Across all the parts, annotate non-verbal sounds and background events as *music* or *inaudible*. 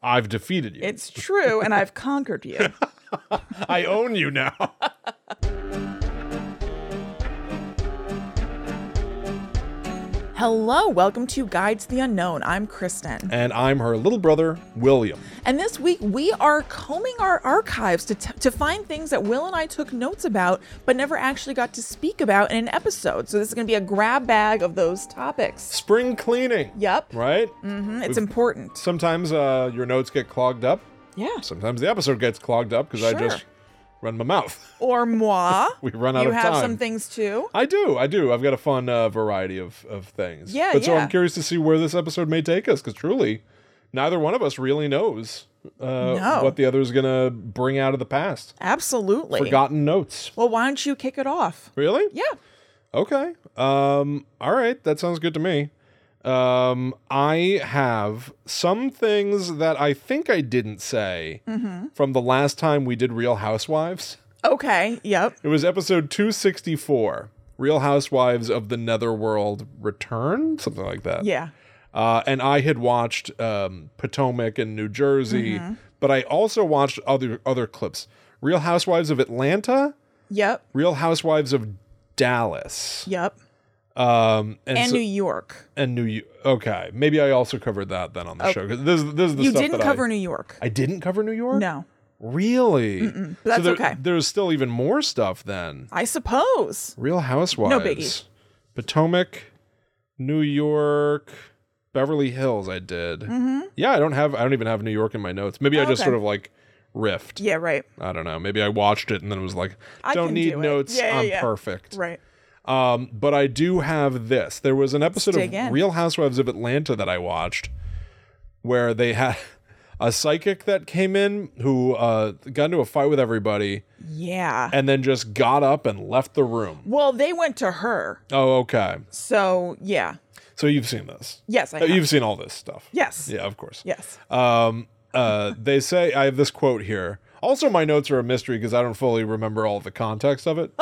I've defeated you. It's true, and I've conquered you. I own you now. *laughs* Hello, welcome to Guides the Unknown. I'm Kristen. and I'm her little brother, William. And this week we are combing our archives to, t- to find things that Will and I took notes about but never actually got to speak about in an episode. So this is going to be a grab bag of those topics. Spring cleaning. Yep. Right? Mhm, It's important. Sometimes uh, your notes get clogged up. Yeah. Sometimes the episode gets clogged up because I Sure. just run my mouth. *laughs* Or moi. We run out you of have time. some things too. I do. I do. I've got a fun uh, variety of, of things. Yeah, But so yeah. I'm curious to see where this episode may take us because truly, neither one of us really knows uh, what the other is going to bring out of the past. Absolutely. Forgotten notes. Well, why don't you kick it off? Really? Yeah. Okay. Um, all right. That sounds good to me. Um, I have some things that I think I didn't say from the last time we did Real Housewives. Okay. Yep. It was episode 264 Real Housewives of the Netherworld Return, something like that. Yeah. Uh, and I had watched um, Potomac and New Jersey, but I also watched other other clips Real Housewives of Atlanta, Yep. Real Housewives of Dallas. Yep. Um, and And so- New York. and New York. Okay, maybe I also covered that then on the show. 'cause This, is- this is the Oh, You stuff didn't that cover I, New York. I didn't cover New York. No. really. but that's there- okay. There's still even more stuff then. I suppose. Real Housewives. biggie. Potomac, New York, Beverly Hills. I did. Yeah, I don't have. I don't even have New York in my notes. Maybe I just Mm-hmm. Oh, sort Okay. of like riffed. Yeah, right. I don't know. Maybe I watched it and then was like, I don't can need do it. notes. Yeah, yeah, I'm yeah. perfect. Right. Um, but I do have this. There was an episode of dig in. Real Housewives of Atlanta that I watched where they had a psychic that came in who uh, got into a fight with everybody Yeah. and then just got up and left the room. well, they went to her. Oh, okay. So, yeah. So you've seen this. Yes, I Uh, have. You've seen all this stuff. Yes. Yeah, of course. Yes. Um, uh, they say, I have this quote here. Also, my notes are a mystery because I don't fully remember all the context of it.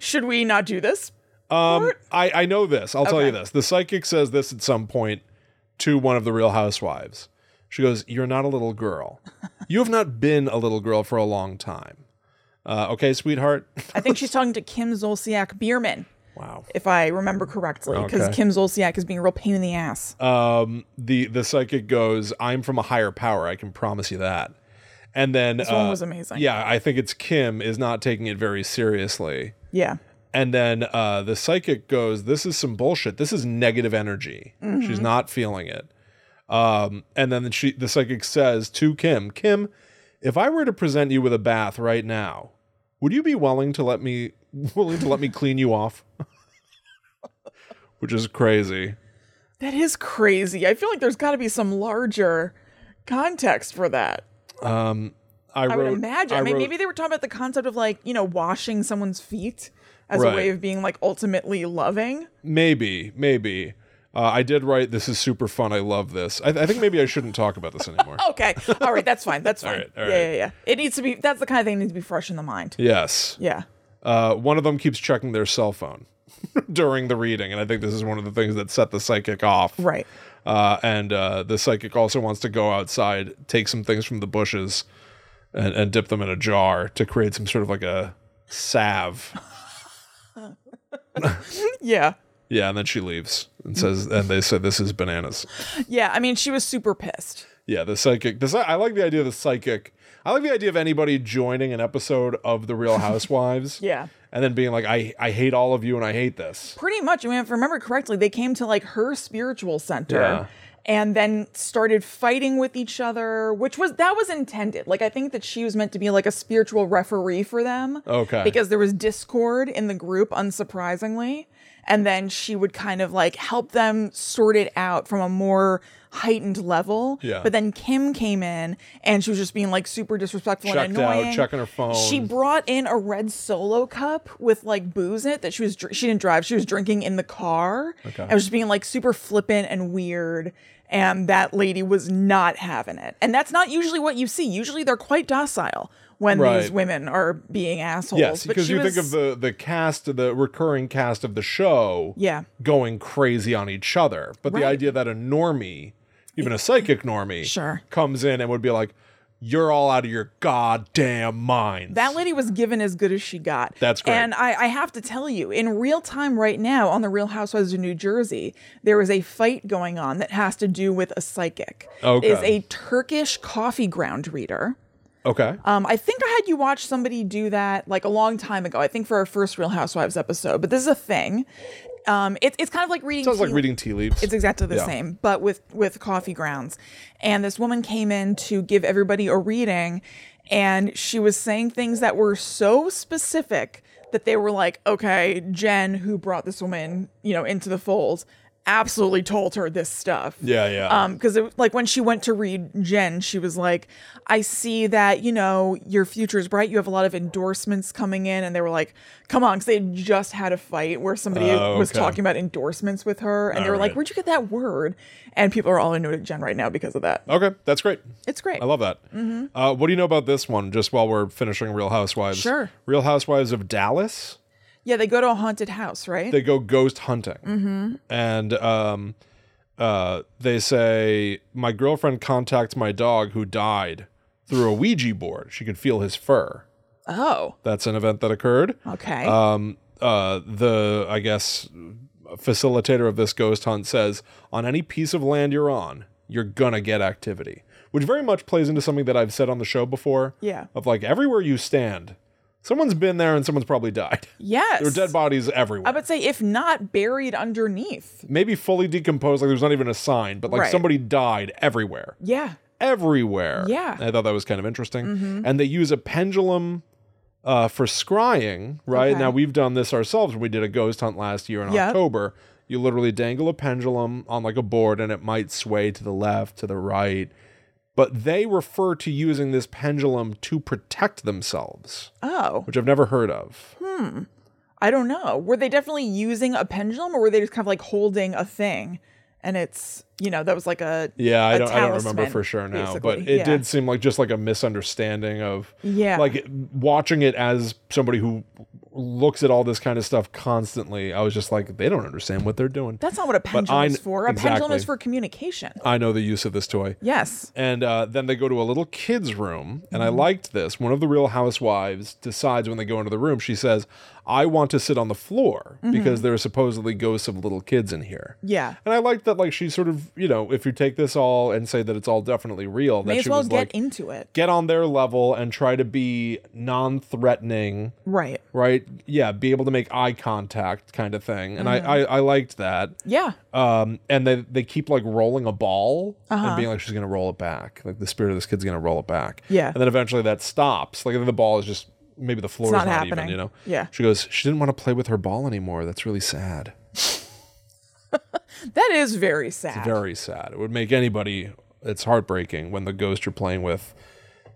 Should we not do this? Um, I, I know this. I'll tell you Okay. this. The psychic says this at some point to one of the Real Housewives. She goes, "You're not a little *laughs* girl. You have not been a little girl for a long time. Uh, okay, sweetheart. *laughs* I think she's talking to Kim Zolciak Bierman, wow. if I remember correctly, because Okay. Kim Zolciak is being a real pain in the ass. The the psychic goes, "I'm from a higher power. I can promise you that." And then this one was amazing. Uh, Yeah, I think it's Kim is not taking it very seriously. yeah. And then uh, the psychic goes, This is some bullshit. This is negative energy. Mm-hmm. She's not feeling it. Um, and then she, the psychic says to Kim, Kim, if I were to present you with a bath right now, would you be willing to let me *laughs* willing to let me clean you off? *laughs* Which is crazy. That is crazy. I feel like there's got to be some larger context for that. I, I wrote, would imagine. I, mean, wrote- maybe they were talking about the concept of like, you know, washing someone's feet as Right. a way of being like ultimately loving. maybe, maybe. Uh, I did write. This is super fun. I love this. I, I think maybe I shouldn't talk about this *laughs* anymore. Okay. All right. That's fine. That's fine. right, *laughs* all Yeah, right. yeah, yeah. It needs to be, that's the kind of thing that needs to be fresh in the mind. Yes. Yeah. Uh, one of them keeps checking their cell phone *laughs* during the reading, and I think this is one of the things that set the psychic off. Right. Uh, and uh, the psychic also wants to go outside, take some things from the bushes, and, and dip them in a jar to create some sort of like a salve. *laughs* Yeah. Yeah, and then she leaves and says, and they said this is bananas. Yeah. I mean, she was super pissed. Yeah, the psychic. The, psy- I like the idea of the psychic. I like the idea of anybody joining an episode of The *laughs* Real Housewives. Yeah. And then being like, I, I hate all of you and I hate this. Pretty much. I mean, if I remember correctly, they came to like her spiritual center. Yeah. And then started fighting with each other, which was that was intended. Like I think that she was meant to be like a spiritual referee for them. Okay. Because there was discord in the group, unsurprisingly. And then she would kind of like help them sort it out from a more heightened level. Yeah. But then Kim came in and she was just being like super disrespectful and Checked out, annoying. checking her phone. She brought in a red solo cup with like booze in it that she was dr- she didn't drive. She was drinking in the car. Okay. And was just being like super flippant and weird. And that lady was not having it. And that's not usually what you see. Usually they're quite docile when these Right. women are being assholes. Yes, But because she you was- think of the the cast, the recurring cast of the show, Yeah. going crazy on each other. But the Right. idea that a normie even a psychic normie Sure. comes in and would be like, "You're all out of your goddamn minds." That lady was given as good as she got. That's great. And I, I have to tell you, in real time right now on the Real Housewives of New Jersey, there is a fight going on that has to do with a psychic. Okay. Is a Turkish coffee ground reader. okay. Um, I think I had you watch somebody do that like a long time ago. I think for our first Real Housewives episode, but this is a thing. Um, it, it's kind of like reading. Sounds like tea- reading tea leaves. It's exactly the Yeah. same, but with with coffee grounds. And this woman came in to give everybody a reading, and she was saying things that were so specific that they were like, "Okay, Jen, who brought this woman, you know, into the fold, absolutely told her this stuff." yeah, yeah. Um, because it like when she went to read Jen, she was like, "I see that you know your future is bright. You have a lot of endorsements coming in," and they were like, "Come on," because they had just had a fight where somebody Oh, was okay. talking about endorsements with her, and they All were like, right. "Where'd you get that word?" And people are all annoyed at Jen right now because of that. okay, that's great. It's great. I love that. Mm-hmm. Uh, what do you know about this one? Just while we're finishing Real Housewives, Sure. Real Housewives of Dallas. yeah, they go to a haunted house, right? They go ghost hunting, and um, uh, they say my girlfriend contacts my dog who died through a Ouija board. She could feel his fur. oh, That's an event that occurred. okay. um, uh, the I guess facilitator of this ghost hunt says on any piece of land you're on, you're gonna get activity, which very much plays into something that I've said on the show before. Yeah. of like everywhere you stand, someone's been there and someone's probably died. *laughs* yes. There are dead bodies I everywhere. would say if not buried underneath. Maybe fully decomposed, like there's not even a sign, but like Right. somebody died everywhere Yeah. everywhere. Yeah. Mm-hmm. I thought that was kind of interesting. And they use a pendulum uh, for scrying, right? Okay. Now, we've done this ourselves when we did a ghost hunt last year in Yep. October. You literally dangle a pendulum on like a board and it might sway to the left, to the right. But they refer to using this pendulum to protect themselves, Oh, which I've never heard of. I don't know. Were they definitely using a pendulum or were they just kind of like holding a thing? And it's, you know, that was like a. Yeah, I a don't, I don't remember talisman, for sure now, but basically. it Yeah. did seem like just like a misunderstanding of Yeah. like it- watching it as somebody who looks at all this kind of stuff constantly. I was just like, they don't understand what they're doing. That's not what a pendulum I- is for. A pendulum exactly. is for communication. I know the use of this toy. Yes. And uh, then they go to a little kid's room, and Mm-hmm. I liked this. One of the real housewives decides when they go into the room, she says, I want to sit on the floor because there are supposedly ghosts of little kids in here. Mm-hmm. Yeah. And I like that, like, she sort of, you know, if you take this all and say that it's all definitely real, that May as she well was get like, into it. get on their level and try to be non threatening, Right. right? Yeah, be able to make eye contact kind of thing. And Mm-hmm. I, I, I liked that. Yeah. Um, and they, they keep like rolling a ball Uh-huh. and being like, she's going to roll it back. Like the spirit of this kid's going to roll it back. Yeah. And then eventually that stops. Like then the ball is just, maybe the floor It's is not not even, happening. you know? Yeah. She goes, she didn't want to play with her ball anymore. That's really sad. That is very sad. very sad. It would make anybody. It's heartbreaking when the ghost you're playing with,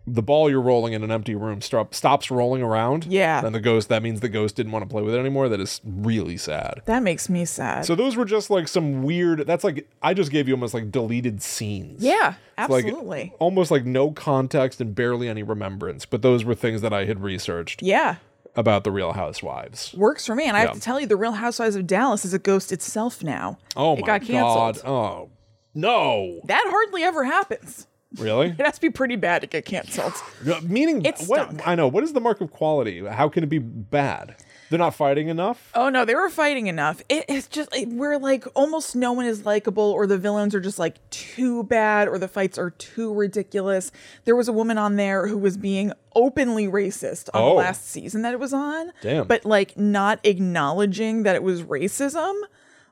the ball you're rolling in an empty room, stop, stops rolling around. Yeah. and the ghost. That means the ghost didn't want to play with it anymore. That is really sad. that makes me sad. So those were just like some weird. That's like I just gave you almost like deleted scenes. yeah. like- Absolutely. Almost like no context and barely any remembrance, but those were things that I had researched yeah. about the Real Housewives. Works for me. And I Yeah. have to tell you, The Real Housewives of Dallas is a ghost itself now. Oh it my got canceled. god! Oh no! That hardly ever happens. Really? It has to be pretty bad to get canceled. Uh, Meaning, It what, stunk. I know. What is the mark of quality? How can it be bad? They're not fighting enough. Oh no, they were fighting enough. It, it's just it, we're like almost no one is likable, or the villains are just like too bad, or the fights are too ridiculous. There was a woman on there who was being openly racist on Oh. the last season that it was on, Damn. but like not acknowledging that it was racism.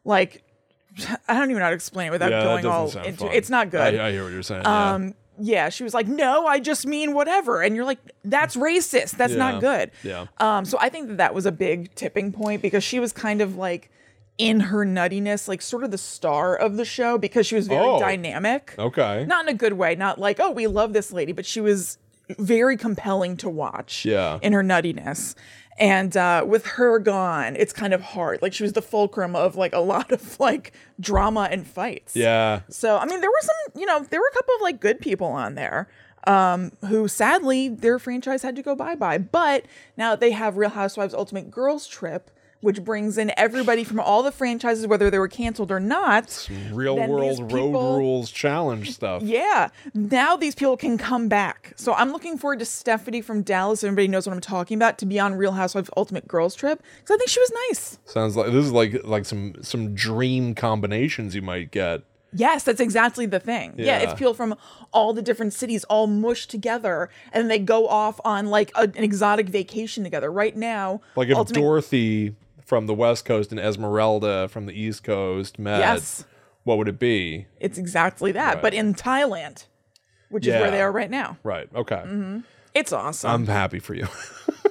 Like I don't even know how to explain it without going all into. It's not good. I, I hear what you're saying. Um, yeah, she was like, "No, I just mean whatever," and you're like, "That's racist. That's Yeah. not good." Yeah. Um, so I think that that was a big tipping point because she was kind of like in her nuttiness, like sort of the star of the show because she was very Oh. dynamic. yeah. Okay. Not in a good way. Not like, "Oh, we love this lady," but she was very compelling to watch. Yeah. In her nuttiness. And uh, with her gone, it's kind of hard. Like she was the fulcrum of like a lot of like drama and fights. yeah. So I mean, there were some, you know, there were a couple of like good people on there, um, who sadly their franchise had to go bye bye. But now they have Real Housewives Ultimate Girls Trip, which brings in everybody from all the franchises, whether they were canceled or not. Real Then these world road people- rules challenge stuff. *laughs* Yeah, now these people can come back. So I'm looking forward to Stephanie from Dallas. If everybody knows what I'm talking about to be on Real Housewives Ultimate Girls Trip because I think she was nice. Sounds like this is like like some some dream combinations you might get. Yes, that's exactly the thing. Yeah. Yeah, it's people from all the different cities all mushed together, and they go off on like a- an exotic vacation together. Right now, Like if Ultimate- Dorothy from the West Coast and Esmeralda from the East Coast met, Yes. what would it be? it's exactly that, Right. but in Thailand, which is Yeah. Um, where they are right now. Right. Okay. Mm-hmm. It's awesome. I'm happy for you. *laughs*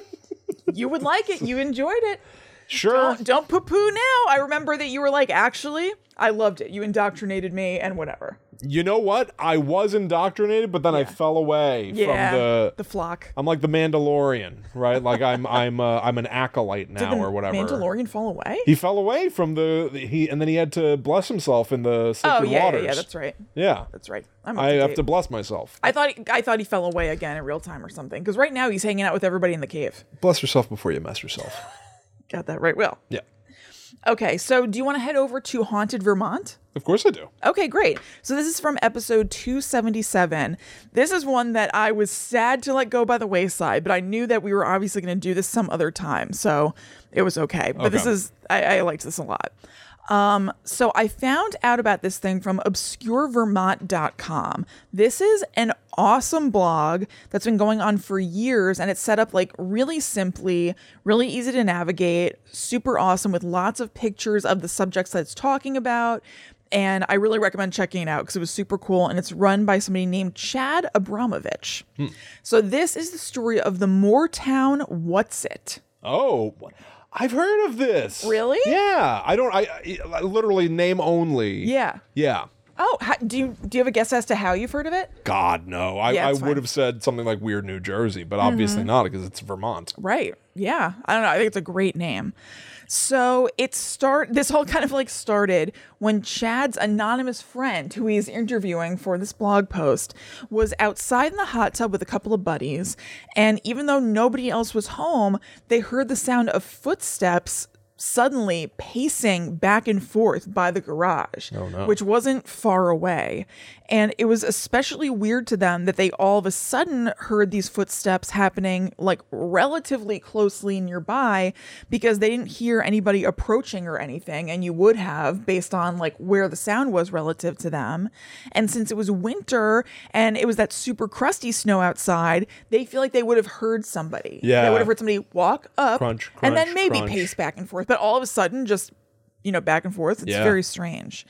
you would like it. You enjoyed it. sure. Don't, don't poo poo now. I remember that you were like, actually, I loved it. You indoctrinated me and whatever. You know what? I was indoctrinated, but then I fell away Yeah. from the. the flock. I'm like the Mandalorian, right? Like *laughs* I'm I'm uh, I'm an acolyte now the or whatever. Mandalorian fall away? He fell away from the he, and then he had to bless himself in the sacred Oh yeah, yeah, waters. yeah, that's right. Yeah. That's right. I'm up I to have date. to bless myself. I thought he, I thought he fell away again in real time or something. Because right now he's hanging out with everybody in the cave. Bless yourself before you mess *laughs* yourself. Got that right, Will. Yeah. Okay, so do you want to head over to Haunted Vermont? Of course I do. Okay, great. So this is from episode 277. This is one that I was sad to let go by the wayside, but I knew that we were obviously going to do this some other time. So it was okay. But this Okay. is, I, I liked this a lot. Um, so I found out about this thing from obscurevermont.com. This is an awesome blog that's been going on for years and it's set up like really simply, really easy to navigate, super awesome with lots of pictures of the subjects that it's talking about. And I really recommend checking it out because it was super cool. And it's run by somebody named Chad Abramovich. So, this is the story of the Moortown What's It. Oh, I've heard of this. Really? Yeah. I don't. I, I literally name only. Yeah. Yeah. Oh, how, do you do you have a guess as to how you've heard of it? God no. I, Yeah, I it's would fine. Mm-hmm. have said something like weird New Jersey, but obviously not because it's Vermont. Right. Yeah. I don't know. I think it's a great name. So it start this all kind of like started when Chad's anonymous friend who he's interviewing for this blog post was outside in the hot tub with a couple of buddies and even though nobody else was home, they heard the sound of footsteps suddenly pacing back and forth by the garage, Oh, which wasn't far away. And it was especially weird to them that they all of a sudden heard these footsteps happening like relatively closely nearby because they didn't hear anybody approaching or anything. And you would have based on like where the sound was relative to them. And since it was winter and it was that super crusty snow outside, they feel like they would have heard somebody. Yeah. They would have heard somebody walk up Crunch, and crunch, then maybe crunch. pace back and forth, but all of a sudden, just you know, back and forth. It's Yeah. very strange.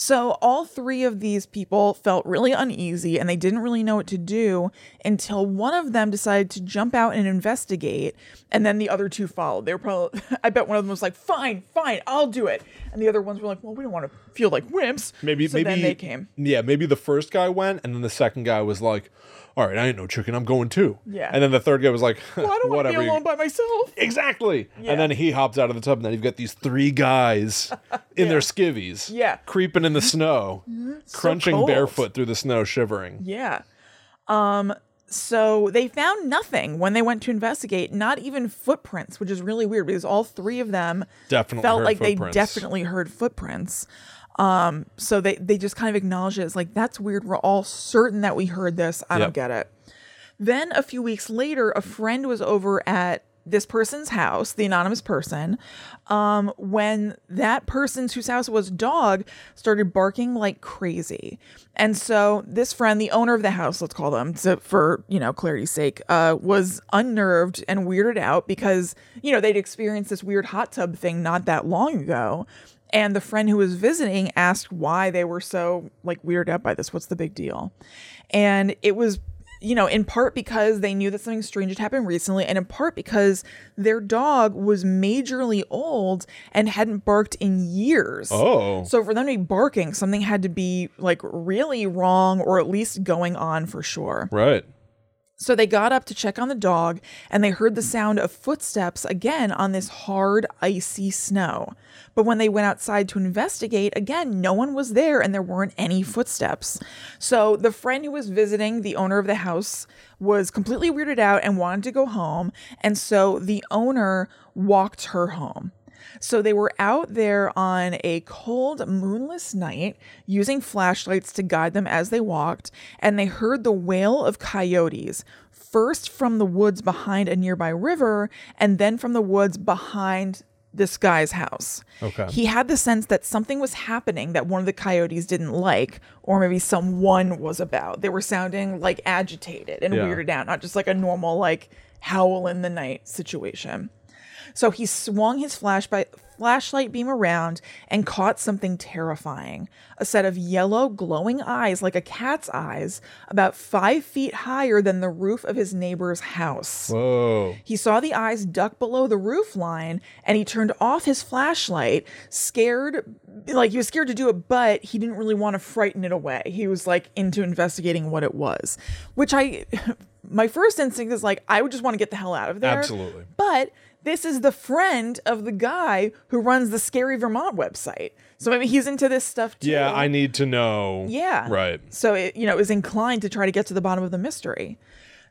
So all three of these people felt really uneasy and they didn't really know what to do until one of them decided to jump out and investigate, and then the other two followed. They were probably, *laughs* I bet one of them was like, "Fine, fine, I'll do it," and the other ones were like, "Well, we don't want to feel like wimps." Maybe so maybe then they came. Yeah, maybe the first guy went, and then the second guy was like, "All right, I ain't no chicken. I'm going too." Yeah. And then the third guy was like, *laughs* Well, I don't want to be "Whatever." you- alone by myself. exactly. Yeah. And then he hops out of the tub, and then you've got these three *laughs* guys in their skivvies, Yeah. Mm-hmm. creeping in the *laughs* snow, crunching cold. barefoot through the snow, shivering. Yeah. Um, so they found nothing when they went to investigate, not even footprints, which is really weird because all three of them Definitely felt heard like footprints. they definitely heard footprints. Um, so they they just kind of acknowledge it. It's like that's weird. We're all certain that we heard this. I Yep. don't get it. Then a few weeks later, a friend was over at this person's house, the anonymous person, um, when that person's whose house it was dog started barking like crazy. And so this friend, the owner of the house, let's call them to, for, you know, clarity's sake, uh, was unnerved and weirded out because, you know, they'd experienced this weird hot tub thing not that long ago. And the friend who was visiting asked why they were so like weirded out by this. What's the big deal? And it was you know, in part because they knew that something strange had happened recently, and in part because their dog was majorly old and hadn't barked in years. Oh. So for them to be barking, something had to be like really wrong or at least going on for sure. Right. So they got up to check on the dog and they heard the sound of footsteps again on this hard, icy snow. But when they went outside to investigate, again, no one was there and there weren't any footsteps. So the friend who was visiting, the owner of the house, was completely weirded out and wanted to go home. And so the owner walked her home. So they were out there on a cold, moonless night using flashlights to guide them as they walked, and they heard the wail of coyotes, first from the woods behind a nearby river, and then from the woods behind this guy's house. Okay. He had the sense that something was happening that one of the coyotes didn't like, or maybe someone was about. They were sounding like agitated and Yeah. weirded out, not just like a normal, like howl in the night situation. So he swung his flashlight flashlight beam around and caught something terrifying. A set of yellow glowing eyes like a cat's eyes, about five feet higher than the roof of his neighbor's house. Whoa. He saw the eyes duck below the roof line and he turned off his flashlight, scared, like he was scared to do it, but he didn't really want to frighten it away. He was like into investigating what it was, which I, *laughs* my first instinct is like, I would just want to get the hell out of there. Absolutely. But this is the friend of the guy who runs the Scary Vermont website. So maybe he's into this stuff too. Yeah, I need to know. Yeah. Right. So it, you know, is inclined to try to get to the bottom of the mystery.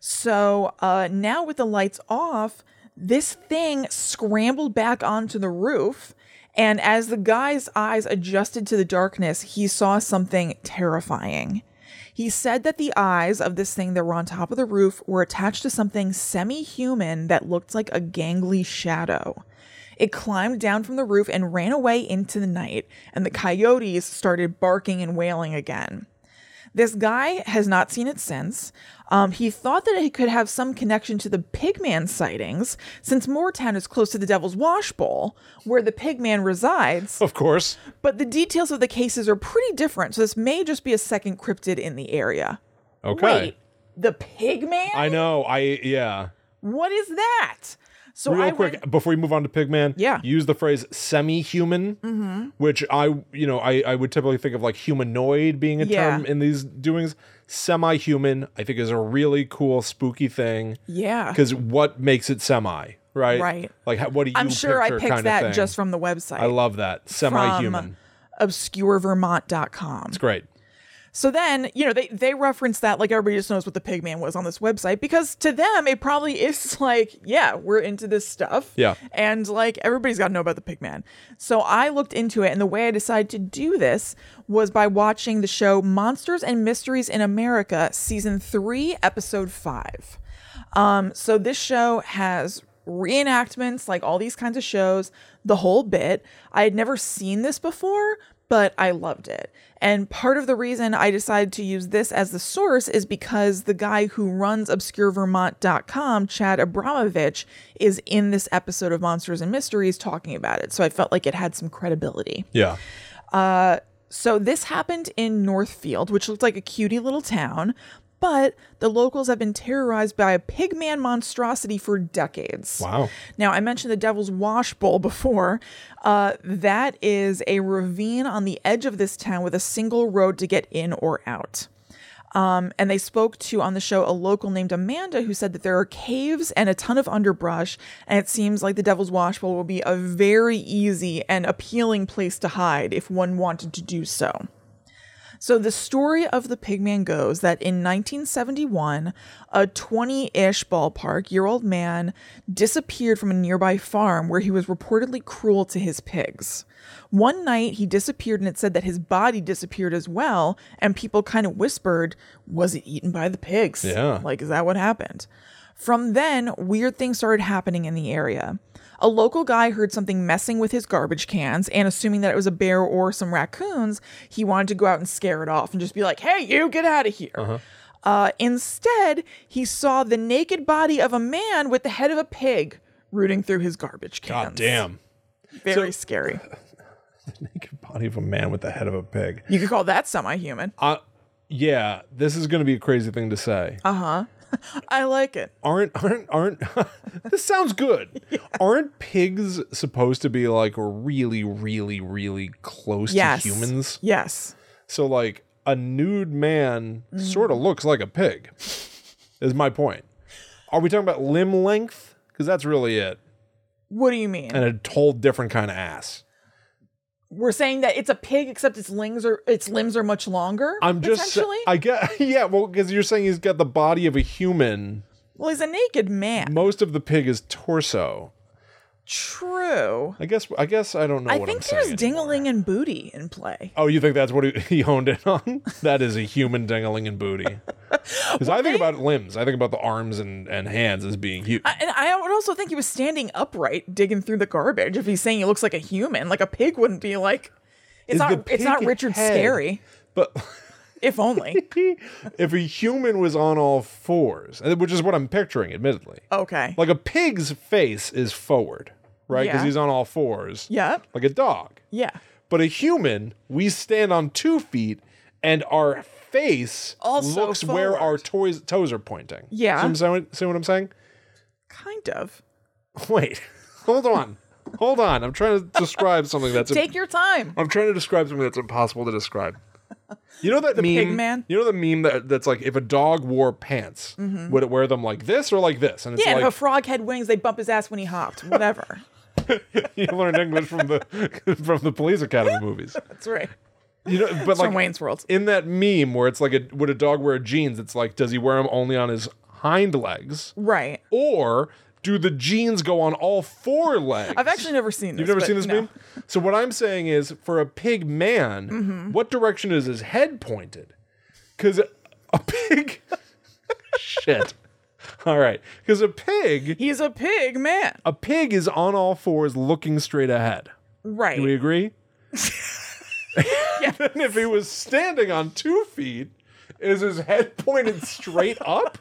So uh, now with the lights off, this thing scrambled back onto the roof. And as the guy's eyes adjusted to the darkness, he saw something terrifying. He said that the eyes of this thing that were on top of the roof were attached to something semi human that looked like a gangly shadow. It climbed down from the roof and ran away into the night, and the coyotes started barking and wailing again. This guy has not seen it since. Um, he thought that it could have some connection to the pigman sightings, since Moortown is close to the Devil's Wash Bowl, where the pigman resides. Of course. But the details of the cases are pretty different, so this may just be a second cryptid in the area. Okay. Wait, the pigman? I know. I yeah. what is that? So Real I quick went, before we move on to Pigman. Yeah. Mm-hmm. Use the phrase semi-human, which I you know I I would typically think of like humanoid being a Yeah. term in these doings. Semi-human, I think, is a really cool spooky thing. yeah. Because what makes it semi? Right. Right. Like how, what do you? I'm sure I picture kind picked of that thing? just from the website. I love that semi-human. from obscurevermont.com. it's great. So then, you know, they they reference that like everybody just knows what the pigman was on this website because to them it probably is *laughs* like, yeah, we're into this stuff. Yeah. And like everybody's got to know about the pigman. So I looked into it and the way I decided to do this was by watching the show Monsters and Mysteries in America season 3 episode 5. Um, so this show has reenactments, like all these kinds of shows, the whole bit. I had never seen this before, but I loved it. And part of the reason I decided to use this as the source is because the guy who runs obscurevermont.com, Chad Abramovich, is in this episode of Monsters and Mysteries talking about it. So I felt like it had some credibility. Uh, Yeah. So this happened in Northfield, which looked like a cutie little town, but the locals have been terrorized by a pigman monstrosity for decades. Wow. Now, I mentioned the Devil's Wash Bowl before. Uh, that is a ravine on the edge of this town with a single road to get in or out. Um, and they spoke to on the show a local named Amanda who said that there are caves and a ton of underbrush, and it seems like the Devil's Wash Bowl will be a very easy and appealing place to hide if one wanted to do so. So the story of the pigman goes that in 1971, a 20-ish ballpark year old man disappeared from a nearby farm where he was reportedly cruel to his pigs. One night he disappeared and it said that his body disappeared as well, and people kind of whispered, was it eaten by the pigs? Yeah. Like, is that what happened? From then, weird things started happening in the area. A local guy heard something messing with his garbage cans, and assuming that it was a bear or some raccoons, he wanted to go out and scare it off and just be like, hey, you, get out of here. Uh-huh. Uh, instead, he saw the naked body of a man with the head of a pig rooting through his garbage cans. God damn. *laughs* Very scary. Naked body of a man with the head of a pig. You could call that semi human. Uh, yeah, this is going to be a crazy thing to say. I like it. aren't aren't aren't *laughs* this sounds *laughs* good. Aren't pigs supposed to be like really really really close Yes. to humans? Yes. So like a nude man Mm-hmm. sort of looks like a pig. Is my point. Are we talking about limb length? Cuz that's really it. What do you mean? And a whole different kind of ass. We're saying that it's a pig, except its limbs are its limbs are much longer. I'm just sa- potentially. I get *laughs* yeah, well cuz you're saying he's got the body of a human. well, he's a naked man. Most of the pig is torso. True. I guess I guess I don't know I what think I'm there's saying. dingling and booty in play. Oh, you think that's what he, *laughs* he honed in on? That is a human dingling and booty. Because I think about limbs. I think about the arms and, and hands as being huge. I- And I would also think he was standing upright, digging through the garbage. If he's saying he looks like a human, like a pig wouldn't be like. It's Is not. the It's not pig Richard head- Scary. But *laughs* If only. if a human was on all fours, and- which is what I'm picturing, admittedly, Okay. like a pig's face is forward, right? Because Yeah. he's on all fours, yep. like a dog. Yeah. But a human, we stand on two feet, and our face Also looks where forward. our toys, toes are pointing. Yeah. See what I'm saying? See what I'm saying? Kind of. Wait, hold on, hold on. I'm trying to describe something that's. Take your time. I'm trying to describe something that's impossible to describe. You know that meme, pig man? You know the meme that that's like if a dog wore pants, would it wear them like this or like this? And it's Mm-hmm. Yeah. and if a like *laughs* frog had wings, they bump his ass when he hopped. Whatever. you learned English from the *laughs* from the Police Academy movies. That's right. You know, but From like Wayne's World. in that meme where it's like, a, would a dog wear jeans? It's like, does he wear them only on his hind legs, Right. or do the jeans go on all four legs? I've actually never seen this. You've never but seen this no. meme? So what I'm saying is for a pig man, Mm-hmm. what direction is his head pointed? Cuz a *laughs* pig shit. All right. Cuz a pig He's a pig man. a pig is on all fours looking straight ahead. Right. Do we *laughs* agree? And if he was standing on 2 feet, is his head pointed straight up?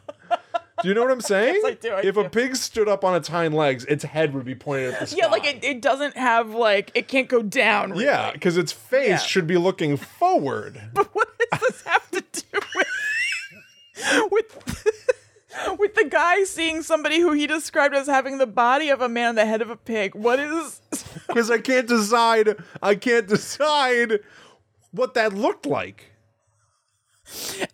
Do you know what *laughs* I'm saying? I do, I if do. a pig stood up on its hind legs, its head would be pointed at the sky. yeah, like it, it doesn't have like it can't go down. really. Yeah, because its face Yeah. should be looking forward. *laughs* What does this have to do with with *laughs* with the guy seeing somebody who he described as having the body of a man and the head of a pig? What is Because I can't decide. I can't decide what that looked like.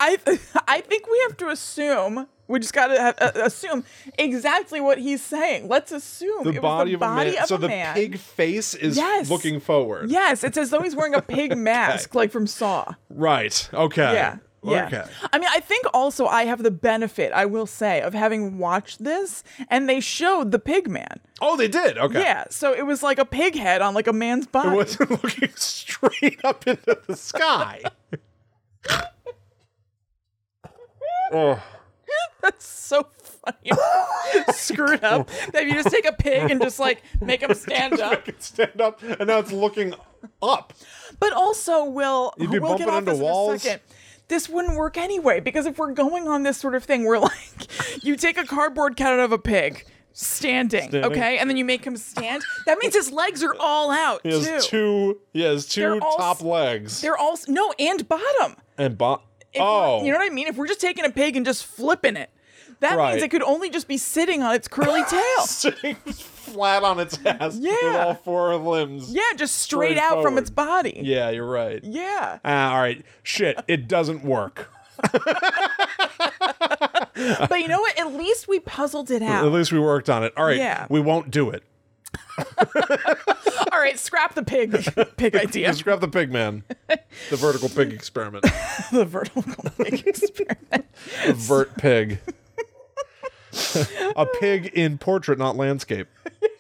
I *laughs* I think we have to assume we just gotta have, uh, assume exactly what he's saying. Let's assume The it was body the of body a man. of so a the man. pig face is Yes. looking forward. Yes, it's as though he's wearing a *laughs* pig mask, like from Saw. Right. Okay. Yeah. Yeah. Okay. I mean, I think also I have the benefit, I will say, of having watched this and they showed the pig man. Oh, they did. Okay. *laughs* Yeah. So it was like a pig head on like a man's It body. wasn't looking straight up into the *laughs* sky. oh. That's so funny. *laughs* *laughs* Screwed up. That you just take a pig and just like make him stand up. Make it stand up, and now it's looking up. But also, Will, be we'll bumping get off this into in a walls. second. This wouldn't work anyway because if we're going on this sort of thing, we're *laughs* like, you take a cardboard cutout of a pig standing, Standing. okay, and then you make him stand. That means his legs are all out He too. has two. He has two They're all top s- legs They're all s- no and bottom. and bo- If we're- Oh, you know what I mean? If we're just taking a pig and just flipping it, that Right. means it could only just be sitting on *laughs* its curly tail. sitting flat on its ass with Yeah. all four limbs. Yeah, just straight Straight out from forward. its body. Yeah, you're right. Yeah. Ah, all right. Shit, it doesn't work. But you know what? At least we puzzled it At *laughs* out. least we worked on it. All right, Yeah. we won't do it. All right, scrap *laughs* the pig pig idea. Just grab the pig man. The vertical pig experiment. *laughs* the vertical pig experiment. *laughs* Vert pig. A pig in portrait, not *laughs* landscape.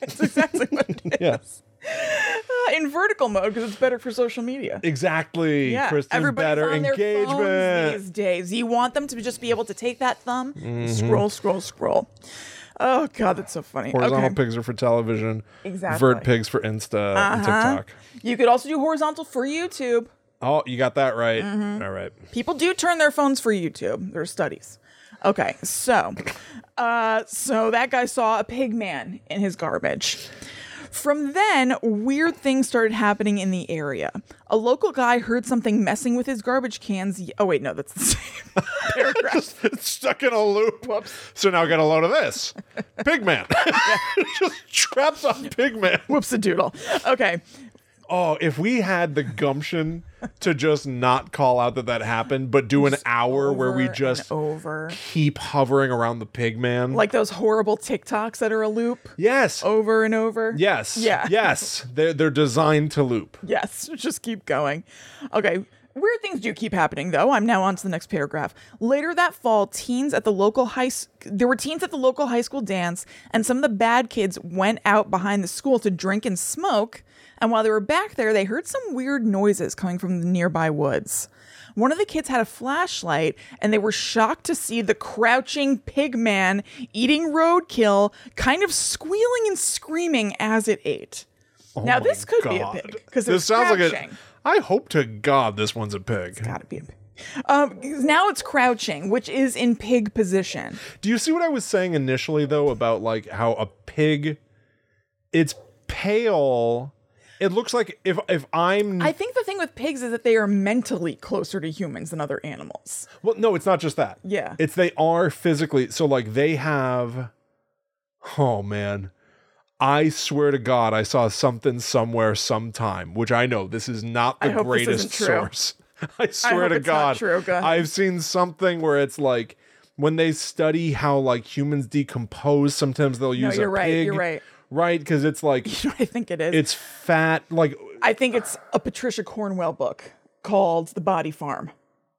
That's exactly *laughs* what it is. Yes. Uh, in vertical mode because it's better for social media. Exactly. Yeah, Kristen's everybody's better on their engagement. Mm-hmm. phones these days. You want them to just be able to take that thumb, and scroll, scroll, scroll. Oh god, that's so funny. Horizontal okay. pigs are for television. Exactly. Vert pigs for Insta and Uh-huh. TikTok. You could also do horizontal for YouTube. Oh, you got that right. Mm-hmm. All right. People do turn their phones for YouTube. There are studies. Okay, so, uh, so that guy saw a pig man in his garbage. From then, weird things started happening in the area. A local guy heard something messing with his garbage cans. ye- Oh wait, no, that's the *laughs* same *laughs* paragraph. It's stuck in a loop. Whoops. So now get a load of this. *laughs* Pigman. *laughs* Just trapped on Pigman. Whoops a doodle. Okay. Oh, if we had the gumption to just not call out that that happened, but do an hour where we Over and just over. keep hovering around the Pigman. Like those horrible TikToks that are a loop yes. over and over. Yes. Yeah. *laughs* Yes. They're, they're designed to loop. Yes, just keep going. Okay, Weird things do keep happening, though. I'm now on to the next paragraph. Later that fall, teens at the local high s- there were teens at the local high school dance, and some of the bad kids went out behind the school to drink and smoke. And while they were back there, they heard some weird noises coming from the nearby woods. One of the kids had a flashlight, and they were shocked to see the crouching pig man eating roadkill, kind of squealing and screaming as it ate. now Oh my this could be a God. pig because This sounds like crouching. a. I hope to God this one's a pig. Gotta be. Um, now it's crouching, which is in pig position. Do you see what I was saying initially though about like how a pig, it's pale. It looks like if if I'm I think the thing with pigs is that they are mentally closer to humans than other animals. *laughs* well, no, it's not just that. Yeah. it's they are physically so like they have. Oh man, I swear to God, I saw something somewhere sometime, which I know this is not the hope this isn't greatest true. source. *laughs* I swear hope to it's not God, true. Go ahead. I've seen something where it's like when they study how like humans decompose, sometimes they'll use you're a right, pig, you're right. right? Because it's like You know what I think it is? it's fat, like I think it's a Patricia Cornwell book called The Body Farm.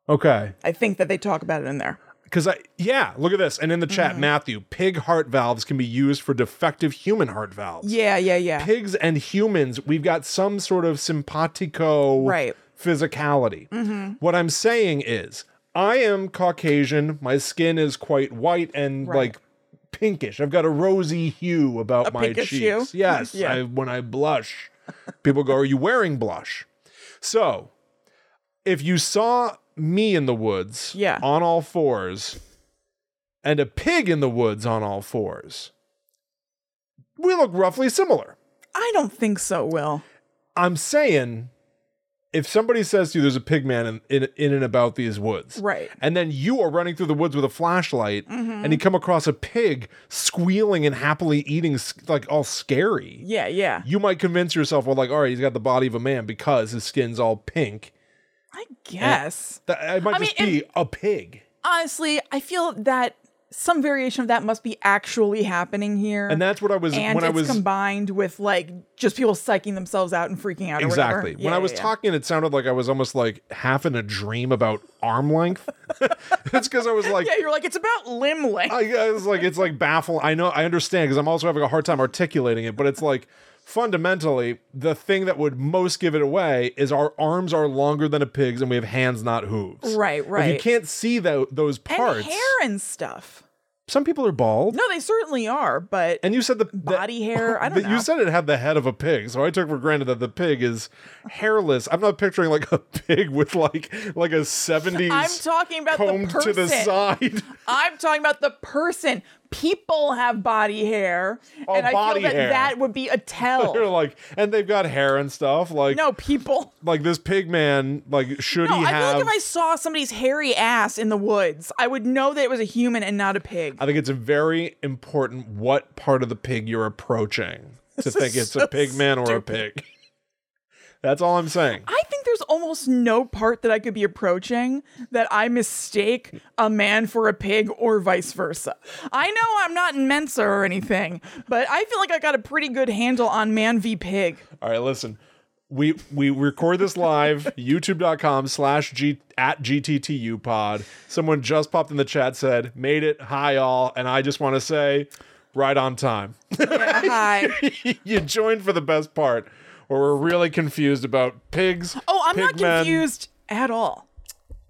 okay, I think that they talk about it in there. because I yeah, look at this, and in the chat, Matthew, pig heart valves can be used for defective human heart valves. Yeah, yeah, yeah. pigs and humans, we've got some sort of simpatico Right. Mm-hmm. physicality. What I'm saying is, I am Caucasian. My skin is quite white and Right. like pinkish. I've got a rosy hue about my pinkish cheeks. hue? *laughs* Yes, Yeah. I, when I blush, people go, "Are you wearing blush?" So, if you saw me in the woods, Yeah. on all fours, and a pig in the woods on all fours, we look roughly similar. I don't think so, Will. I'm saying if somebody says to you there's a pig man in, in, in and about these woods. Right. Mm-hmm. And then you are running through the woods with a flashlight and you come across a pig squealing and happily eating s- like all scary. Yeah, yeah. You might convince yourself, well, like, all right, he's got the body of a man because his skin's all pink. I guess. That it might I mean, just be a pig. Honestly, I feel that some variation of that must be actually happening here. And that's what I was and when it's I was combined with like just people psyching themselves out and freaking out. or whatever. Exactly. Yeah, when I was yeah, yeah. talking, it sounded like I was almost like half in a dream about arm length. *laughs* That's because I was like, yeah, you're like it's about limb length. I, I was like, it's like baffling. I know, I understand because I'm also having a hard time articulating it, but it's like fundamentally the thing that would most give it away is our arms are longer than a pig's and we have hands, not hooves. Right, If you right. can't see tho- those parts, and hair and stuff. some people are bald. No, they certainly are, but And you said the body hair. I that, don't that know. you said it had the head of a pig, so I took for granted that the pig is hairless. I'm not picturing like a pig with like like a 70s I'm talking about the combed to the person. side. *laughs* I'm talking about the person. People have body hair, Oh, and I body feel that hair. that would be They're a *laughs* tell. like, and they've got hair and stuff. Like no, people. like this pig man, like should No, he I feel have? like if I saw somebody's hairy ass in the woods, I would know that it was a human and not a pig. I think it's a very important what part of the pig you're approaching to *laughs* This think is it's so a pig man or a pig. That's all I'm saying. I think there's almost no part that I could be approaching that I mistake a man for a pig or vice versa. I know I'm not in Mensa or anything, but I feel like I got a pretty good handle on man v pig. All right, listen. We we record this live, *laughs* youtube.com slash G at GTTU pod. Someone just popped in the chat, said, made it, hi all, and I just want to say, right on time. *laughs* Yeah, hi. you joined for the best part, or we're really confused about pigs. Oh, I'm pig not men. confused at all.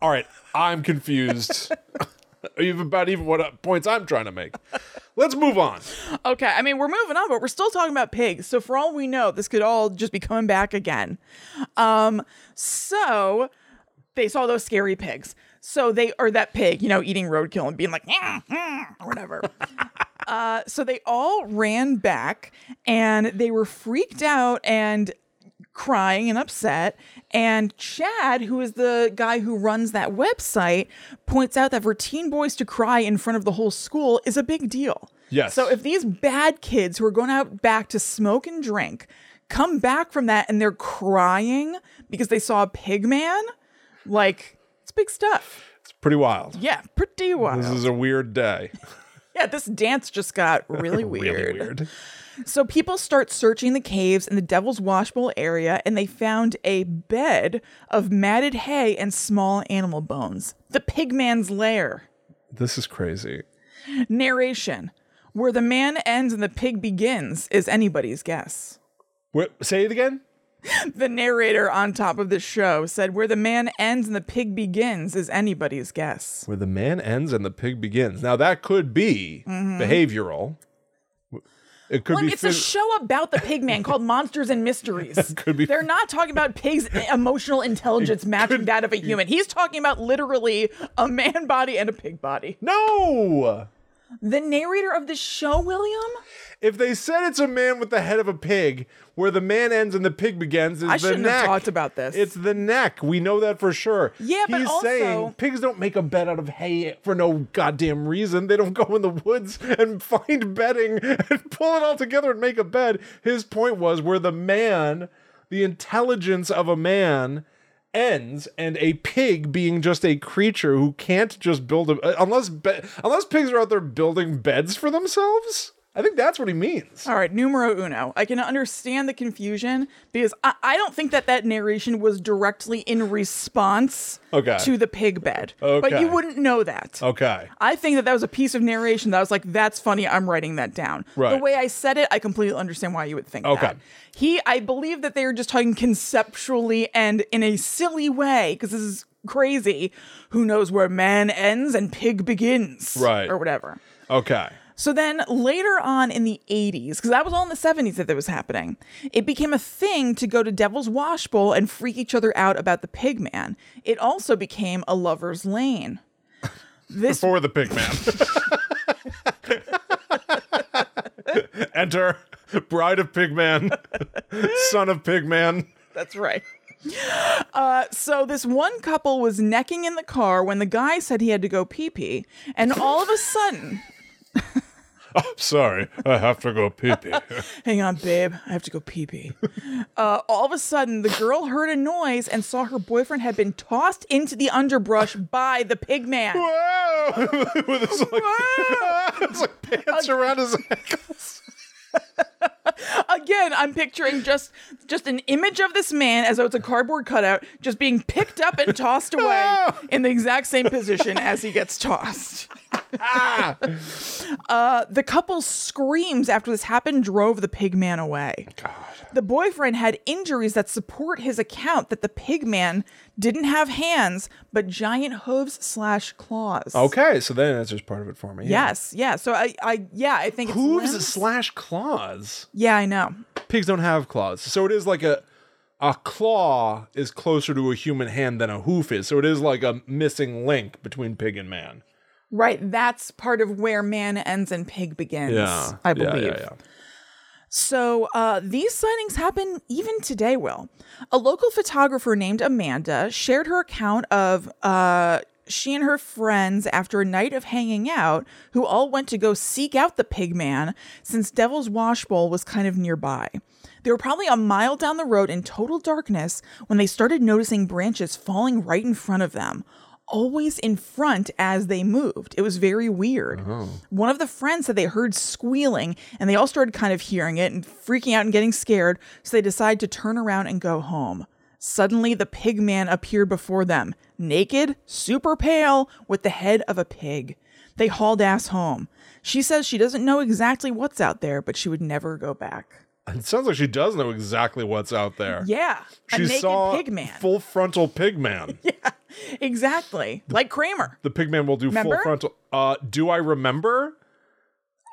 All right, I'm confused *laughs* even about even what uh, points I'm trying to make. Let's move on. Okay, I mean, we're moving on, but we're still talking about pigs. So, for all we know, this could all just be coming back again. Um, so they saw those scary pigs. So they or that pig, you know, eating roadkill and being like, "Mm, mm," or whatever. uh, so they all ran back and they were freaked out and crying and upset. And Chad, who is the guy who runs that website, points out that for teen boys to cry in front of the whole school is a big deal. Yes. So if these bad kids who are going out back to smoke and drink come back from that and they're crying because they saw a pig man, like it's big stuff. It's pretty wild. Yeah, pretty wild. This is a weird day. yeah, this dance just got *laughs* really *laughs* weird. Really weird. So people start searching the caves in the Devil's Washbowl area and they found a bed of matted hay and small animal bones. The pigman's lair. This is crazy. Narration. Where the man ends and the pig begins is anybody's guess. Wait, say it again. The narrator on top of the show said, Where the man ends and the pig begins is anybody's guess. Where the man ends and the pig begins. Now that could be behavioral. It could Look, be. Mm-hmm. it's a phys- show about the pig man called Monsters and Mysteries. *laughs* Could be- They're not talking about pigs' emotional *laughs* intelligence matching that of a human. He's talking about literally a man body and a pig body. no. The narrator of the show, William? If they said it's a man with the head of a pig, where the man ends and the pig begins is I the shouldn't have neck. talked about this. It's the neck. We know that for sure. Yeah, but He's also- saying pigs don't make a bed out of hay for no goddamn reason. They don't go in the woods and *laughs* find bedding and pull it all together and make a bed. His point was where the man, the intelligence of a man ends and a pig being just a creature who can't just build a uh, unless be, unless pigs are out there building beds for themselves. I think that's what he means. All right, numero uno. I can understand the confusion because I, I don't think that that narration was directly in response Okay. to the pig bed. But Okay. you wouldn't know that. Okay. I think that that was a piece of narration that I was like, that's funny. I'm writing that down. The Right. way I said it, I completely understand why you would think Okay. that. He, I believe that they were just talking conceptually and in a silly way because this is crazy. Who knows where man ends and pig begins? Right. Or whatever. Okay. So then later on in the 80s, because that was all in the 70s that that was happening, it became a thing to go to Devil's Washbowl and freak each other out about the pig man. It also became a lover's lane. This for the pig man. *laughs* Enter bride of pigman, son of pigman. That's right. Uh, so this one couple was necking in the car when the guy said he had to go pee pee, and all of a sudden, *laughs* Sorry, I have to go pee pee. *laughs* hang on, babe, I have to go pee pee. *laughs* Uh, all of a sudden, the girl heard a noise and saw her boyfriend had been tossed into the underbrush by the pig man. Whoa! *laughs* With his like, *laughs* his, like pants around his ankles. *laughs* Again, I'm picturing just just an image of this man as though it's a cardboard cutout, just being picked up and *laughs* tossed away in the exact same position as he gets tossed. Ah! The couple's screams after this happened drove the pig man away. The boyfriend had injuries that support his account that the pig man didn't have hands, but giant hooves slash claws. Okay, so that answers part of it for me. Yeah. Yes, yeah. So I, I yeah, I think it's Hooves limbs. slash claws. Yeah, I know. Pigs don't have claws, so it is like a a claw is closer to a human hand than a hoof is. So it is like a missing link between pig and man. Right, that's part of where man ends and pig begins. I believe. So uh, these sightings happen even today, Will. A local photographer named Amanda shared her account of uh, she and her friends after a night of hanging out, who all went to go seek out the pig man since Devil's Washbowl was kind of nearby. They were probably a mile down the road in total darkness when they started noticing branches falling right in front of them always in front as they moved. It was very weird. One of the friends said they heard squealing and they all started kind of hearing it and freaking out and getting scared. So they decided to turn around and go home. Suddenly, the pig man appeared before them, naked, super pale, with the head of a pig. They hauled ass home. She says she doesn't know exactly what's out there, but she would never go back. It sounds like she does know exactly what's out there. Yeah, a she naked saw pig man. full frontal pig *laughs* man. exactly. Like Kramer. The pig man will do Remember? full frontal. Uh, do I remember?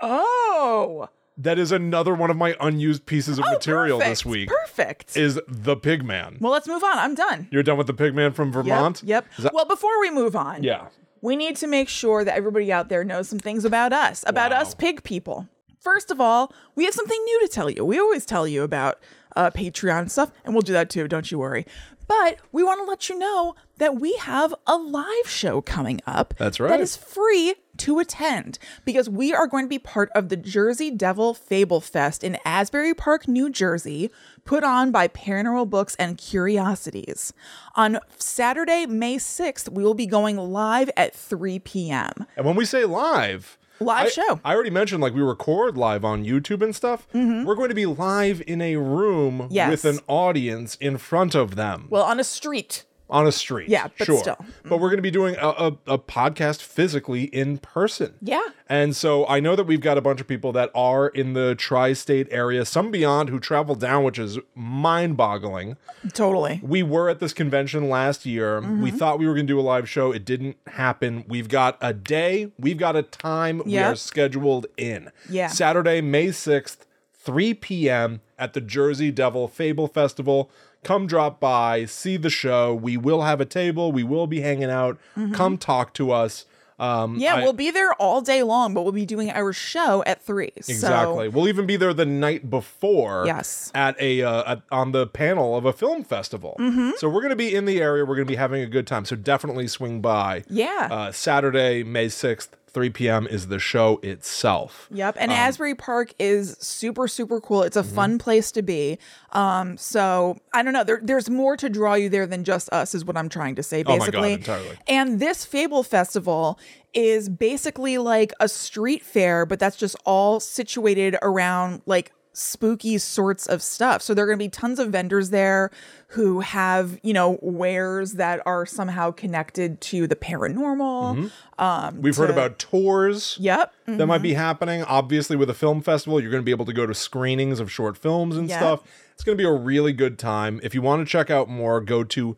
Oh. That is another one of my unused pieces of Oh, material this perfect, week. Perfect. Is the pig man? Well, let's move on. I'm done. You're done with the pig man from Yep, Vermont. Yep. Is that- well, before we move on, yeah. we need to make sure that everybody out there knows some things about us, about Wow. us pig people. First of all, we have something new to tell you. We always tell you about uh, Patreon and stuff, and we'll do that too. Don't you worry. But we want to let you know that we have a live show coming up. That's That right. is free to attend because we are going to be part of the Jersey Devil Fable Fest in Asbury Park, New Jersey, put on by Paranormal Books and Curiosities. On Saturday, May 6th, we will be going live at 3 p.m. And when we say live, Live I, show. I already mentioned like we record live on YouTube and stuff. We're going to be live in a room Mm-hmm. Yes. with an audience in front of them well, on a street. on a street. Yeah, but sure. still. But we're going to be doing a, a, a podcast physically in person. Yeah. And so I know that we've got a bunch of people that are in the tri state area, some beyond who travel down, which is mind boggling. Totally. *laughs* We were at this convention last year. We thought we were going to do a live show. It didn't happen. We've got a day, we've got a time. We Yeah. are scheduled in. Yeah. Saturday, May 6th, 3 p.m. at the Jersey Devil Fable Festival. Come drop by, see the show. We will have a table. We will be hanging out. Come talk to us. Um, Yeah, I- we'll be there all day long, but we'll be doing our show at three. so- Exactly. We'll even be there the night before. Yes. At a uh, at, on the panel of a film festival. Mm-hmm. So we're going to be in the area. We're going to be having a good time. So definitely swing by. Yeah. Uh, Saturday, May sixth, three p.m. is the show itself. Yep. And Asbury Park is super, super cool. It's a Mm-hmm. fun place to be. Um, so I don't know. There, there's more to draw you there than just us, is what I'm trying to say, Oh my God, basically. entirely. And this Fable Festival is basically like a street fair, but that's just all situated around like spooky sorts of stuff. So there are going to be tons of vendors there who have, you know, wares that are somehow connected to the paranormal. Mm-hmm. We've heard about tours. Yep. That might Mm-hmm. be happening. Obviously, with a film festival, you're going to be able to go to screenings of short films and Yeah. stuff. It's going to be a really good time. If you want to check out more, go to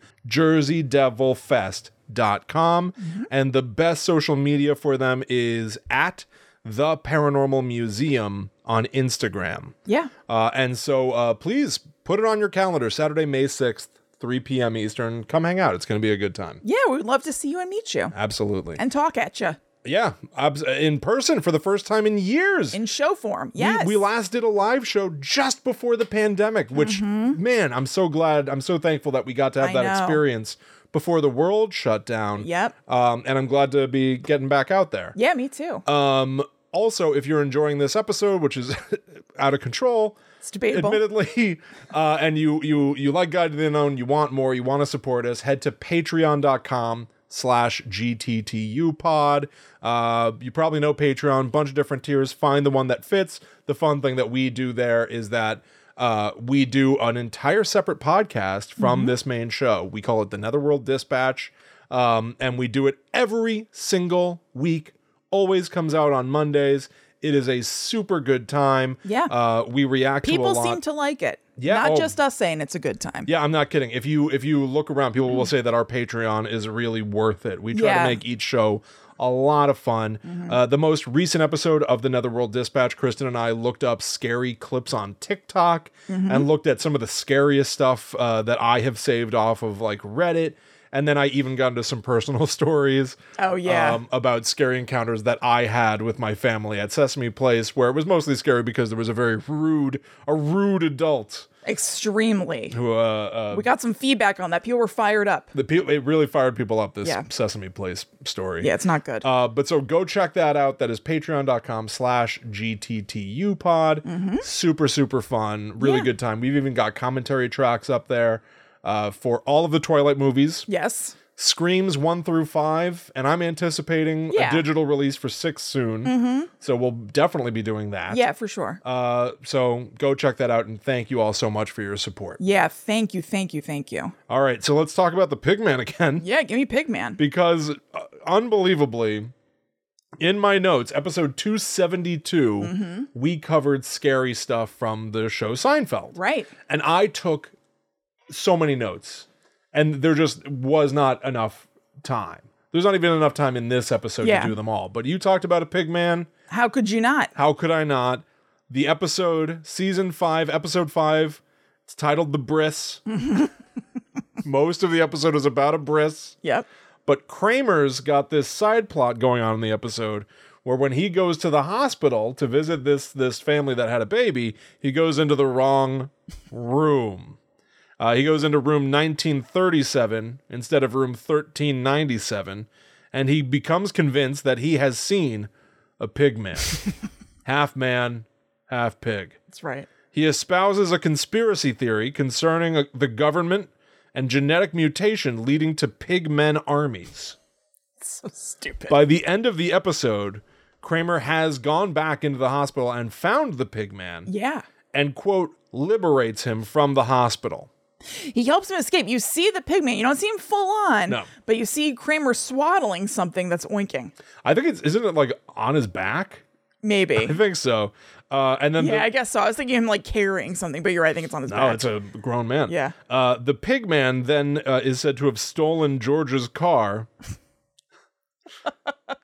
jerseydevilfest.com. Mm-hmm. And the best social media for them is at the Paranormal Museum on Instagram. Yeah. Uh, and so uh, please put it on your calendar Saturday, May 6th, 3 p.m. Eastern. Come hang out. It's going to be a good time. Yeah. We'd love to see you and meet you. Absolutely. and talk at you yeah. abs- in person for the first time in years. in show form. We- Yes. We, last did a live show just before the pandemic, which, man, I'm so glad. I'm so thankful that we got to have Mm-hmm. I that know. experience before the world shut down. Yep. Um, and I'm glad to be getting back out there. Yeah, me too. Um, also, if you're enjoying this episode, which is *laughs* out of control, it's debatable. admittedly *laughs* uh, and you you you like guide to the unknown you want more you want to support us head to patreon.com slash gttu pod uh, you probably know patreon bunch of different tiers find the one that fits the fun thing that we do there is that uh, we do an entire separate podcast from this main show we call it the netherworld dispatch um, and we do it every single week always comes out on mondays it is a super good time Yeah. uh, we react to a People lot. seem to like it. Yeah, Not oh. just us saying it's a good time. yeah, I'm not kidding. If you if you look around, people will say that our Patreon is really worth it. We try Yeah. Mm-hmm. to make each show a lot of fun. Uh, the most recent episode of the Netherworld Dispatch, Kristen and I looked up scary clips on TikTok Mm-hmm. and looked at some of the scariest stuff uh, that I have saved off of like Reddit. And then I even got into some *laughs* personal stories. um, Oh, yeah. about scary encounters that I had with my family at Sesame Place, where it was mostly scary because there was a very rude, a rude adult Extremely. who uh, uh, We got some feedback on that. People were fired up. the people it really fired people up this Yeah. Sesame Place story. Yeah, it's not good. Uh, but so go check that out. That is patreon.com slash GTTU pod. Super, super fun. Really Mm-hmm. Yeah. good time. We've even got commentary tracks up there uh, for all of the Twilight movies. yes. Screams one through five. And I'm anticipating Yeah. Mm-hmm. a digital release for six soon. So we'll definitely be doing that. Yeah, for sure. Uh, so go check that out. And thank you all so much for your support. yeah, thank you, thank you, thank you. All right. So let's talk about the Pigman again. Yeah, give me Pigman. because uh, unbelievably in my notes episode 272 Mm-hmm. we covered scary stuff from the show Seinfeld right. and I took so many notes and there just was not enough time there's not even enough time in this episode Yeah. to do them all but you talked about a pig man How could you not? how could I not the episode season 5 episode 5 it's titled the *laughs* briss most of the episode is about a briss Yep. but Kramer's got this side plot going on in the episode where when he goes to the hospital to visit this this family that had a baby, he goes into the wrong room. Uh, he goes into room 1937 instead of room 1397, and he becomes convinced that he has seen a pig man, half man, half pig. *laughs* That's right. He espouses a conspiracy theory concerning uh, the government and genetic mutation leading to pigmen armies. So stupid. By the end of the episode, Kramer has gone back into the hospital and found the pig man Yeah. and, quote, liberates him from the hospital. He helps him escape. You see the pigment. You don't see him full on, No. but you see Kramer swaddling something that's oinking. I think it's, isn't it like on his back? *laughs* Maybe. I think so. Uh, and then the- yeah, I guess so. I was thinking him like carrying something, but you're right. I think it's on his Oh, back. it's a grown man. Yeah. Uh, the pig man then uh, is said to have stolen George's car,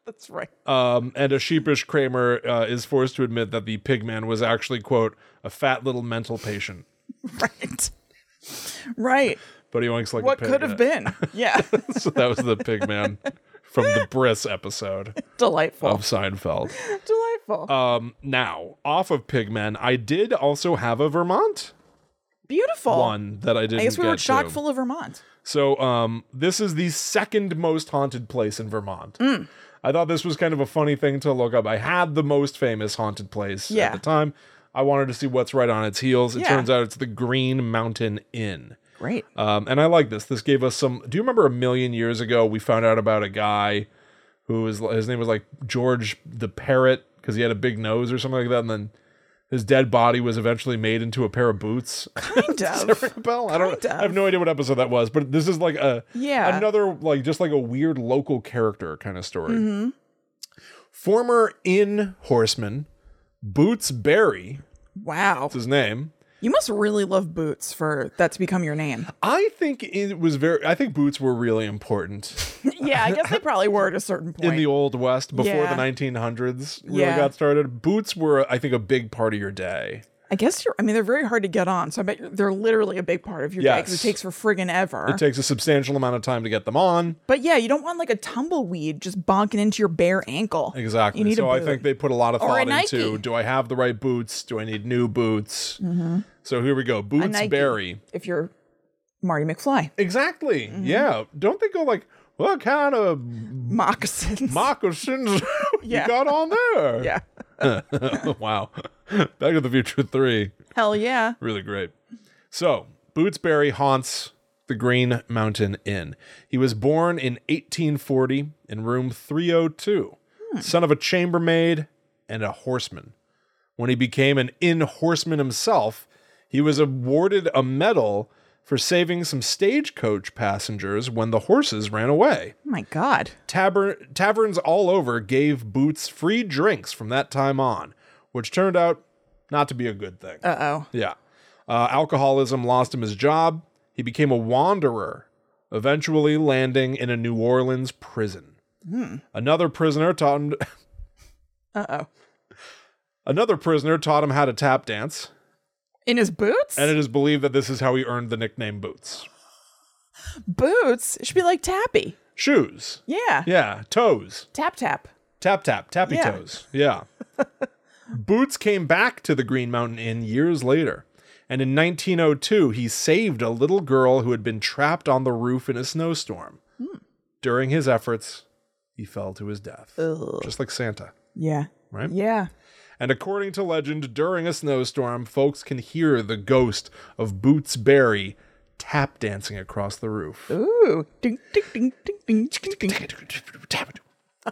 that's right. um, and a sheepish Kramer uh, is forced to admit that the pig man was actually, quote, a fat little mental patient. Right. right. But he winks like What a pig. could have been? Yeah. *laughs* so that was the pig man from the Briss episode *laughs* Delightful. uh, of Seinfeld. Delightful. Um, now, off of Pigmen, I did also have a Vermont Beautiful. one that I didn't Oh. I guess we get were chock to. full of Vermont. So um, this is the second most haunted place in Vermont. Hmm. I thought this was kind of a funny thing to look up. I had the most famous haunted place Yeah. at the time. I wanted to see what's right on its heels. It Yeah. turns out it's the Green Mountain Inn. Great. Um, and I like this. This gave us some. Do you remember a million years ago we found out about a guy who was his name was like George the Parrot because he had a big nose or something like that, and then his dead body was eventually made into a pair of boots. *laughs* *laughs* Kind of. Bell? I don't. Kind of. I have no idea what episode that was, but this is like a Yeah. another like just like a weird local character kind of story. Mm-hmm. Former inn horseman Boots Berry, Wow. is his name. You must really love boots for that to become your name. I think it was very. I think boots were really important *laughs* yeah, I guess they probably were at a certain point. in the old west before Yeah. the 1900s really Yeah. got started. Boots were, I think, a big part of your day. I guess you're, I mean, they're very hard to get on. So I bet you're, they're literally a big part of your day 'cause Yes. it takes for friggin' ever. It takes a substantial amount of time to get them on. but yeah, you don't want like a tumbleweed just bonking into your bare ankle. Exactly. You need so a I boot. think they put a lot of Or a thought into Nike. do I have the right boots? Do I need new boots? So here we go. Boots Mm-hmm. Nike. Berry. if you're Marty McFly, Exactly. Mm-hmm. Yeah. Don't they go like, what kind of moccasins. moccasins *laughs* you Yeah. got on *laughs* there? yeah. *laughs* wow. Back to the Future 3. Hell yeah. Really great. So, Bootsberry haunts the Green Mountain Inn. He was born in 1840 in room 302, son of a chambermaid and a horseman. When he became an inn horseman himself, he was awarded a medal for saving some stagecoach passengers when the horses ran away. Oh my God. Taber- taverns all over gave Boots free drinks from that time on, which turned out not to be a good thing. Uh oh. Yeah. Uh, alcoholism lost him his job. He became a wanderer, eventually landing in a New Orleans prison. Another prisoner taught him. *laughs* Uh oh. Another prisoner taught him how to tap dance, In his boots? and it is believed that this is how he earned the nickname Boots. boots should be like tappy. Shoes, Yeah. yeah, toes, Tap tap. tap tap, tappy Yeah. toes, yeah. *laughs* Boots came back to the Green Mountain Inn years later, and in 1902 he saved a little girl who had been trapped on the roof in a snowstorm. Hmm. During his efforts, he fell to his death, Ugh. just like Santa, Yeah. right? Yeah. And according to legend, during a snowstorm, folks can hear the ghost of Boots Berry tap dancing across the *laughs* roof. Ooh. Ding, ding, ding, ding, ding, ding, ding.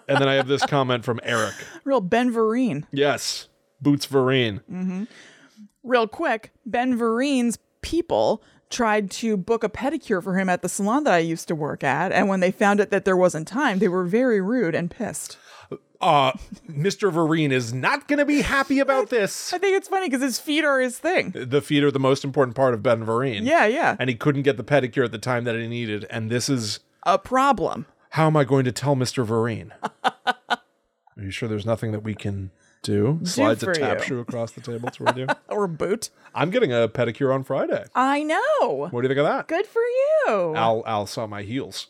And then I have this comment from Eric. Real Ben Vereen. Yes, Boots Vereen. Real quick, Ben Vereen's people tried to book a pedicure for him at the salon that I used to work at. And when they found out that there wasn't time, they were very rude and pissed. uh, Mr. Vereen is not going to be happy about this. I think it's funny because his feet are his thing. The feet are the most important part of Ben Vereen. Yeah, yeah. And he couldn't get the pedicure at the time that he needed. And this is A problem. how am I going to tell Mr. *laughs* Vereen? are you sure there's nothing that we can do? Slides a for tap you. shoe across the table toward you. Or boot. I'm getting a pedicure on Friday. I know. What do you think of that? Good for you. Al Al saw my heels.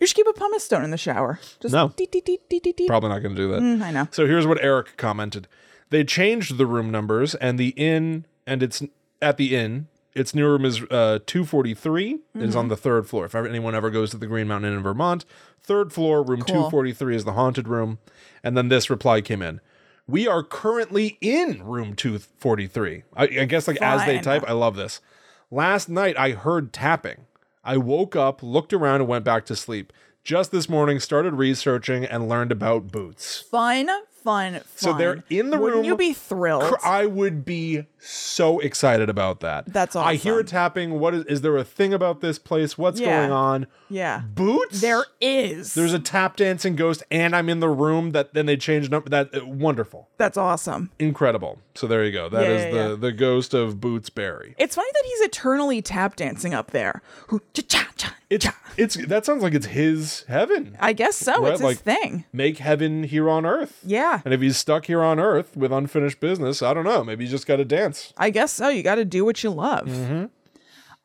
You should keep a pumice stone in the shower. Just No. dee, dee, dee, dee, dee, dee. Probably not going to do that. I know. So here's what Eric commented. They changed the room numbers and the inn and it's at the inn. Its new room is uh, 243. It is on Mm-hmm. the third floor. If ever- anyone ever goes to the Green Mountain Inn in Vermont, third floor, room 243 is the haunted room. And then this reply came in. We are currently in room 243. I, I guess like as they Fine. type, I love this. Last night I heard tapping. I woke up, looked around, and went back to sleep. just this morning started researching and learned about boots. Fun, fun, fun. So they're in the Wouldn't room. you be thrilled? Cr- uh, I would be so excited about that. That's I hear awesome. a tapping. What is? Is there a thing about this place? What's Yeah. going on? yeah. Boots. There is. There's a tap dancing ghost, and I'm in the room. That then they changed number. That uh, wonderful, That's awesome. incredible. So there you go. That Yeah, is yeah, the yeah. the ghost of Boots Berry. It's funny that he's eternally tap dancing up there. Hoo, cha, cha, cha, It's cha. it's that sounds like it's his heaven. I guess so. Right, It's his like- thing. Make heaven here on earth. Yeah. And if he's stuck here on Earth with unfinished business, I don't know. Maybe he's just got to dance. I guess so. You got to do what you love.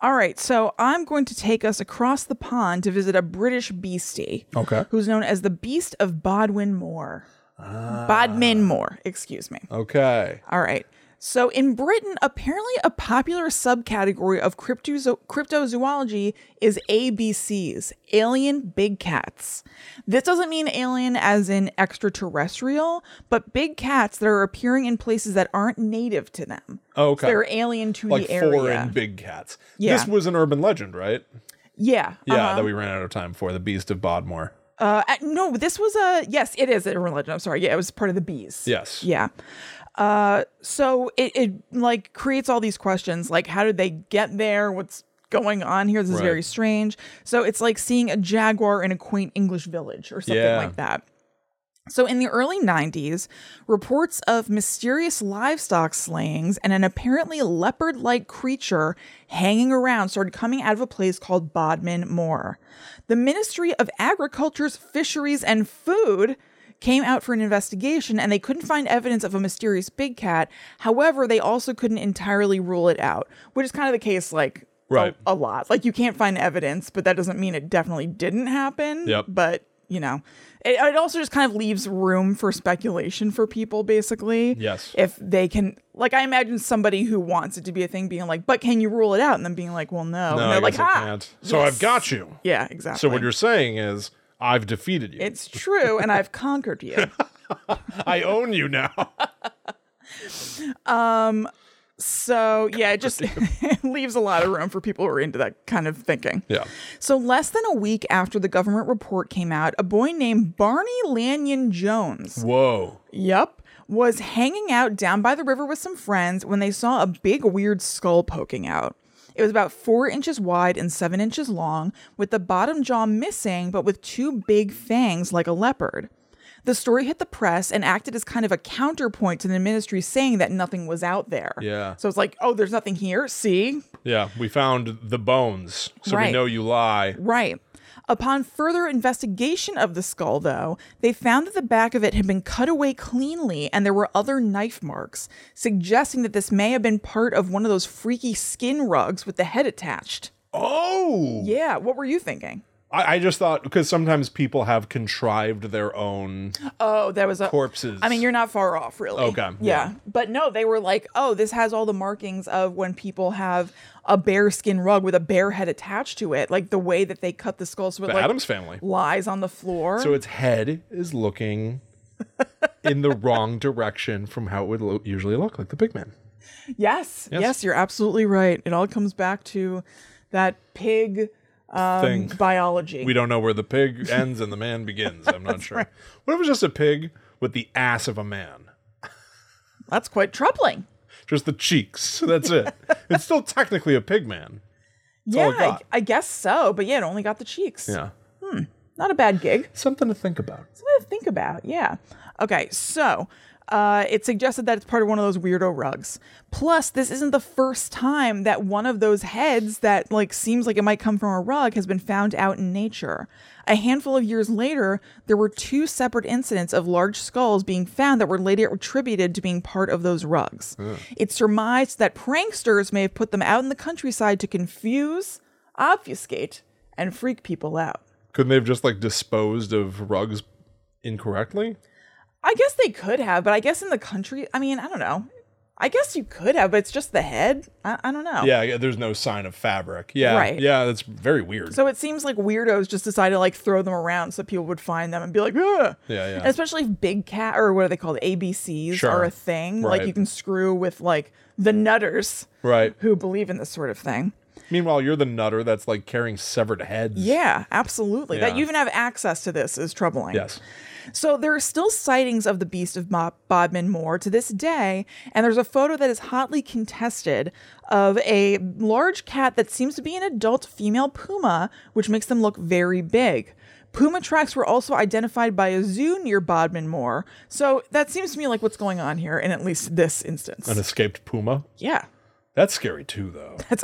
All right. So I'm going to take us across the pond to visit a British beastie. Okay. Who's known as the Beast of Bodwin Moor. Bodmin Moor, excuse me. Okay. All right. So in Britain, apparently a popular subcategory of cryptozo- cryptozoology is ABCs, alien big cats. This doesn't mean alien as in extraterrestrial, but big cats that are appearing in places that aren't native to them. Okay. So they're alien to like the area. foreign big cats. Yeah. This was an urban legend, right? yeah. Yeah, uh-huh. that we ran out of time for. The Beast of Bodmore. Uh, uh, no, this was a yes. It is a religion. I'm sorry. Yeah, it was part of the bees. Yes. Yeah. Uh, so it, it like creates all these questions like how did they get there? What's going on here? This is Right. very strange. So it's like seeing a jaguar in a quaint English village or something Yeah. like that. So in the early 90s, reports of mysterious livestock slayings and an apparently leopard-like creature hanging around started coming out of a place called Bodmin Moor. The Ministry of Agriculture's Fisheries and Food came out for an investigation and they couldn't find evidence of a mysterious big cat. However, they also couldn't entirely rule it out, which is kind of the case like a- Right. a, lot. Like you can't find evidence, but that doesn't mean it definitely didn't happen. Yep. But you know, it, it also just kind of leaves room for speculation for people, basically. Yes. If they can, like, I imagine somebody who wants it to be a thing being like, but can you rule it out? And then being like, well, no. No, and I they're like, guess I ah. can't. So I've got you. Yeah, exactly. So what you're saying is, I've defeated you. It's true, and I've *laughs* conquered you. I own you now. *laughs* So yeah, it just *laughs* leaves a lot of room for people who are into that kind of thinking. yeah. So, less than a week after the government report came out, a boy named Barney Lanyon Jones, Whoa. yep, was hanging out down by the river with some friends when they saw a big weird skull poking out. It was about four inches wide and seven inches long, with the bottom jaw missing, but with two big fangs like a leopard. The story hit the press and acted as kind of a counterpoint to the ministry saying that nothing was out there. Yeah. So it's like, oh, there's nothing here. See, Yeah. We found the bones, so we Right. know you lie. Right. Upon further investigation of the skull, though, they found that the back of it had been cut away cleanly and there were other knife marks, suggesting that this may have been part of one of those freaky skin rugs with the head attached. Oh. Yeah, what were you thinking? I, I just thought because sometimes people have contrived their own Oh, that was a. corpses. I mean, you're not far off, really. Okay, Yeah. Oh, yeah. But no, they were like, oh, this has all the markings of when people have a bear skin rug with a bear head attached to it, like the way that they cut the skull so it the like, Adams family. lies on the floor. So its head is *laughs* looking in the wrong direction from how it would lo- usually look, like the big man. Yes, yes, you're absolutely right. It all comes back to that pig Um, Thing. biology. We don't know where the pig ends and the man begins. I'm not sure. What if it's just a pig with the ass of a man? That's quite troubling. Just the cheeks. *laughs* That's it. it's still technically a pig man. all yeah, it I, got. I guess so. But yeah, it only got the cheeks. Yeah. Not a bad gig. Something to think about. Something to think about. Yeah. Okay, so uh, it suggested that it's part of one of those weirdo rugs. Plus, this isn't the first time that one of those heads that like seems like it might come from a rug has been found out in nature. A handful of years later, there were two separate incidents of large skulls being found that were later attributed to being part of those rugs. It's surmised that pranksters may have put them out in the countryside to confuse, obfuscate, and freak people out. Couldn't they have just like disposed of rugs incorrectly? I guess they could have, but I guess in the country, I mean, I don't know. I guess you could have, but it's just the head. I, I don't know. Yeah, yeah, there's no sign of fabric. Yeah. Right. Yeah, that's very weird. So it seems like weirdos just decided to like throw them around so people would find them and be like, Ugh. Yeah, yeah. And especially if big cat or what are they called? ABCs Sure. are a thing. Like Right. you can screw with like the nutters right. who believe in this sort of thing. Meanwhile, you're the nutter that's like carrying severed heads. Yeah, absolutely. That Yeah. you even have access to this is troubling. Yes. So there are still sightings of the Beast of Mo- Bodmin Moor to this day, and there's a photo that is hotly contested of a large cat that seems to be an adult female puma, which makes them look very big. Puma tracks were also identified by a zoo near Bodmin Moor, so that seems to me like what's going on here in at least this instance. An escaped puma. yeah, That's scary too, though. that's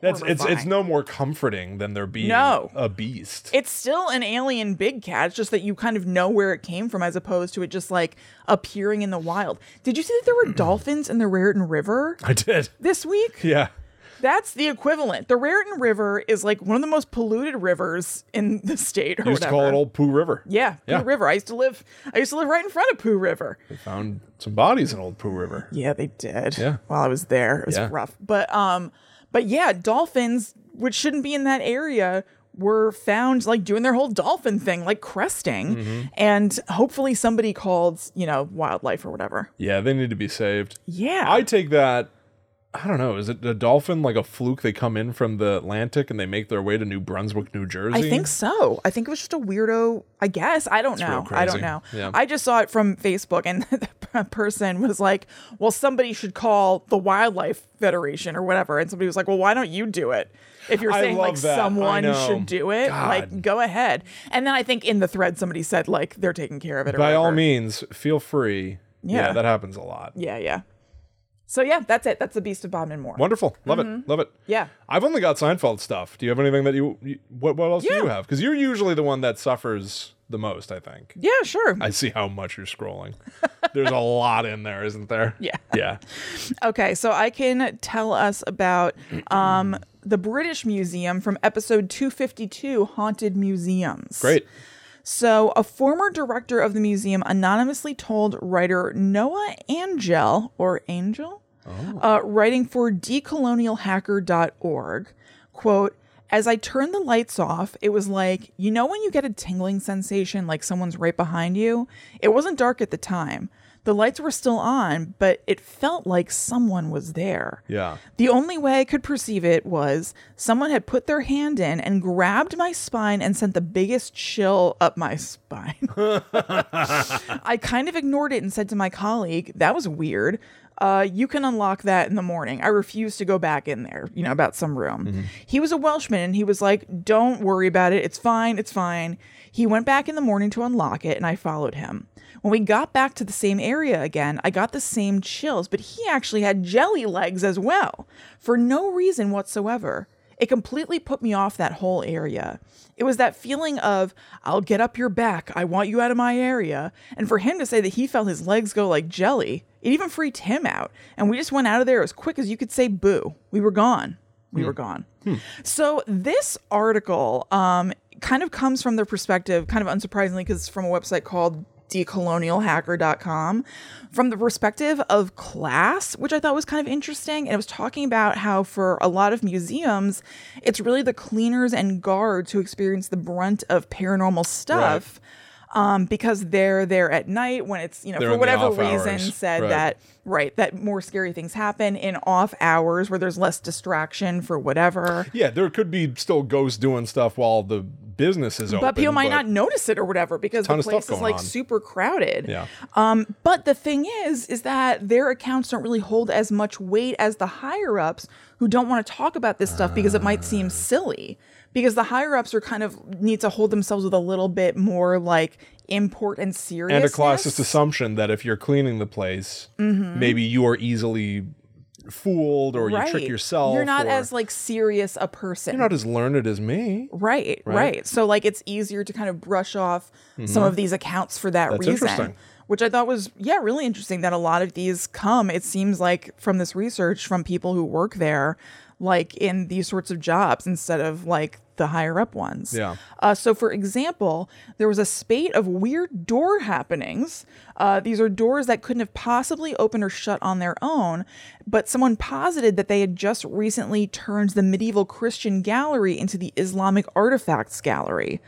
That's it's it's Horrifying. no more comforting than there being No. a beast. *laughs* it's still an alien big cat. It's just that you kind of know where it came from as opposed to it just like appearing in the wild. Did you see that there were dolphins in the Raritan River I did. this week? Yeah. That's the equivalent. The Raritan River is like one of the most polluted rivers in the state or You used whatever. to call it Old Pooh River. yeah, Pooh Yeah. River. I used to live I used to live right in front of Pooh River. They found some bodies in Old Pooh River. Yeah, they did. Yeah. While I was there. It was Yeah. rough. But um but yeah, dolphins, which shouldn't be in that area, were found like doing their whole dolphin thing, like cresting. Mm-hmm. And hopefully somebody called, you know, wildlife or whatever. Yeah, they need to be saved. Yeah. I take that. I don't know. Is it a dolphin like a fluke? They come in from the Atlantic and they make their way to New Brunswick, New Jersey. I think so. I think it was just a weirdo. I guess I don't know. real I don't crazy. know. Yeah. I just saw it from Facebook, and *laughs* the person was like, "Well, somebody should call the Wildlife Federation or whatever." And somebody was like, "Well, why don't you do it? If you're I saying like love that. I someone know. should do it, like God. go ahead." And then I think in the thread somebody said like they're taking care of it. Or By all whatever. means, feel free. Yeah. that happens a lot. Yeah, yeah. So yeah, that's it. That's the Beast of Bodmin Moor. Wonderful. Love it. Love it. Mm-hmm. Yeah. I've only got Seinfeld stuff. Do you have anything that you, you what, what else Yeah. do you have? Because you're usually the one that suffers the most, I think. Yeah, sure. I see how much you're *laughs* scrolling. There's a lot in there, isn't there? Yeah. Yeah. Okay, so I can tell us about um, the British Museum from episode 252 Haunted Museums. Great. So, a former director of the museum anonymously told writer Noah Angel, or Angel, uh, writing for decolonialhacker.org, quote, as I turned the lights off, it was like, you know, when you get a tingling sensation like someone's right behind you? It wasn't dark at the time. The lights were still on, but it felt like someone was there. Yeah. The only way I could perceive it was someone had put their hand in and grabbed my spine and sent the biggest chill up my *laughs* spine. *laughs* I kind of ignored it and said to my colleague, That was weird. Uh, you can unlock that in the morning. I refuse to go back in there, you know, about some room. He was a Welshman and he was like, Don't worry about it. It's fine. It's fine. He went back in the morning to unlock it and I followed him. When we got back to the same area again, I got the same chills, but he actually had jelly legs as well for no reason whatsoever. It completely put me off that whole area. It was that feeling of, I'll get up your back. I want you out of my area. And for him to say that he felt his legs go like jelly, it even freaked him out. And we just went out of there as quick as you could say boo. We were gone. We were gone. So this article um, kind of comes from their perspective, kind of unsurprisingly, because it's from a website called decolonialhacker.com from the perspective of class, which I thought was kind of interesting. And it was talking about how, for a lot of museums, it's really the cleaners and guards who experience the brunt of paranormal stuff. Um, because they're there at night when it's you know They're for in the whatever off reason hours. said Right. that right that more scary things happen in off hours where there's less distraction for whatever Yeah, there could be still ghosts doing stuff while the business is open. but people might not notice it or whatever because Ton the of stuff place is going like on. super crowded. Yeah. Um, but the thing is, is that their accounts don't really hold as much weight as the higher ups who don't want to talk about this stuff because it might Ah. seem silly. Because the higher ups are kind of need to hold themselves with a little bit more like import and seriousness. and a classist assumption that if you're cleaning the place, Mm-hmm. maybe you are easily fooled or you trick yourself. You're not or- as like serious a person. you're not as learned as me. Right, right, So like it's easier to kind of brush off some of these accounts for that Mm-hmm. That's reason. interesting. Which I thought was yeah, really interesting that a lot of these come it seems like from this research from people who work there like in these sorts of jobs instead of like the higher up ones. Yeah. Uh, so, for example, there was a spate of weird door happenings. Uh, these are doors that couldn't have possibly opened or shut on their own, but someone posited that they had just recently turned the medieval Christian gallery into the Islamic artifacts gallery.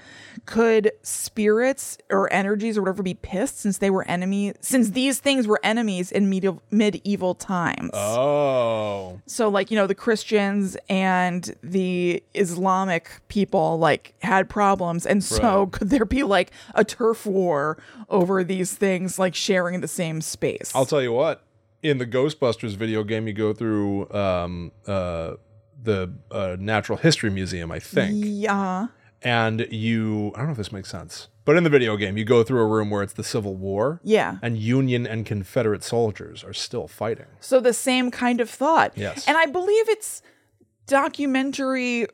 Could spirits or energies or whatever be pissed since they were enemies? Since these things were enemies in medieval medieval times. Oh. So, like, you know, the Christian Christians and the Islamic people like had problems, and so Right. could there be like a turf war over these things, like sharing the same space? I'll tell you what. In the Ghostbusters video game, you go through um, uh, the uh, Natural History Museum, I think. yeah, and you I don't know if this makes sense. But in the video game, you go through a room where it's the Civil War. yeah. And Union and Confederate soldiers are still fighting. So the same kind of thought. Yes. And I believe it's documentary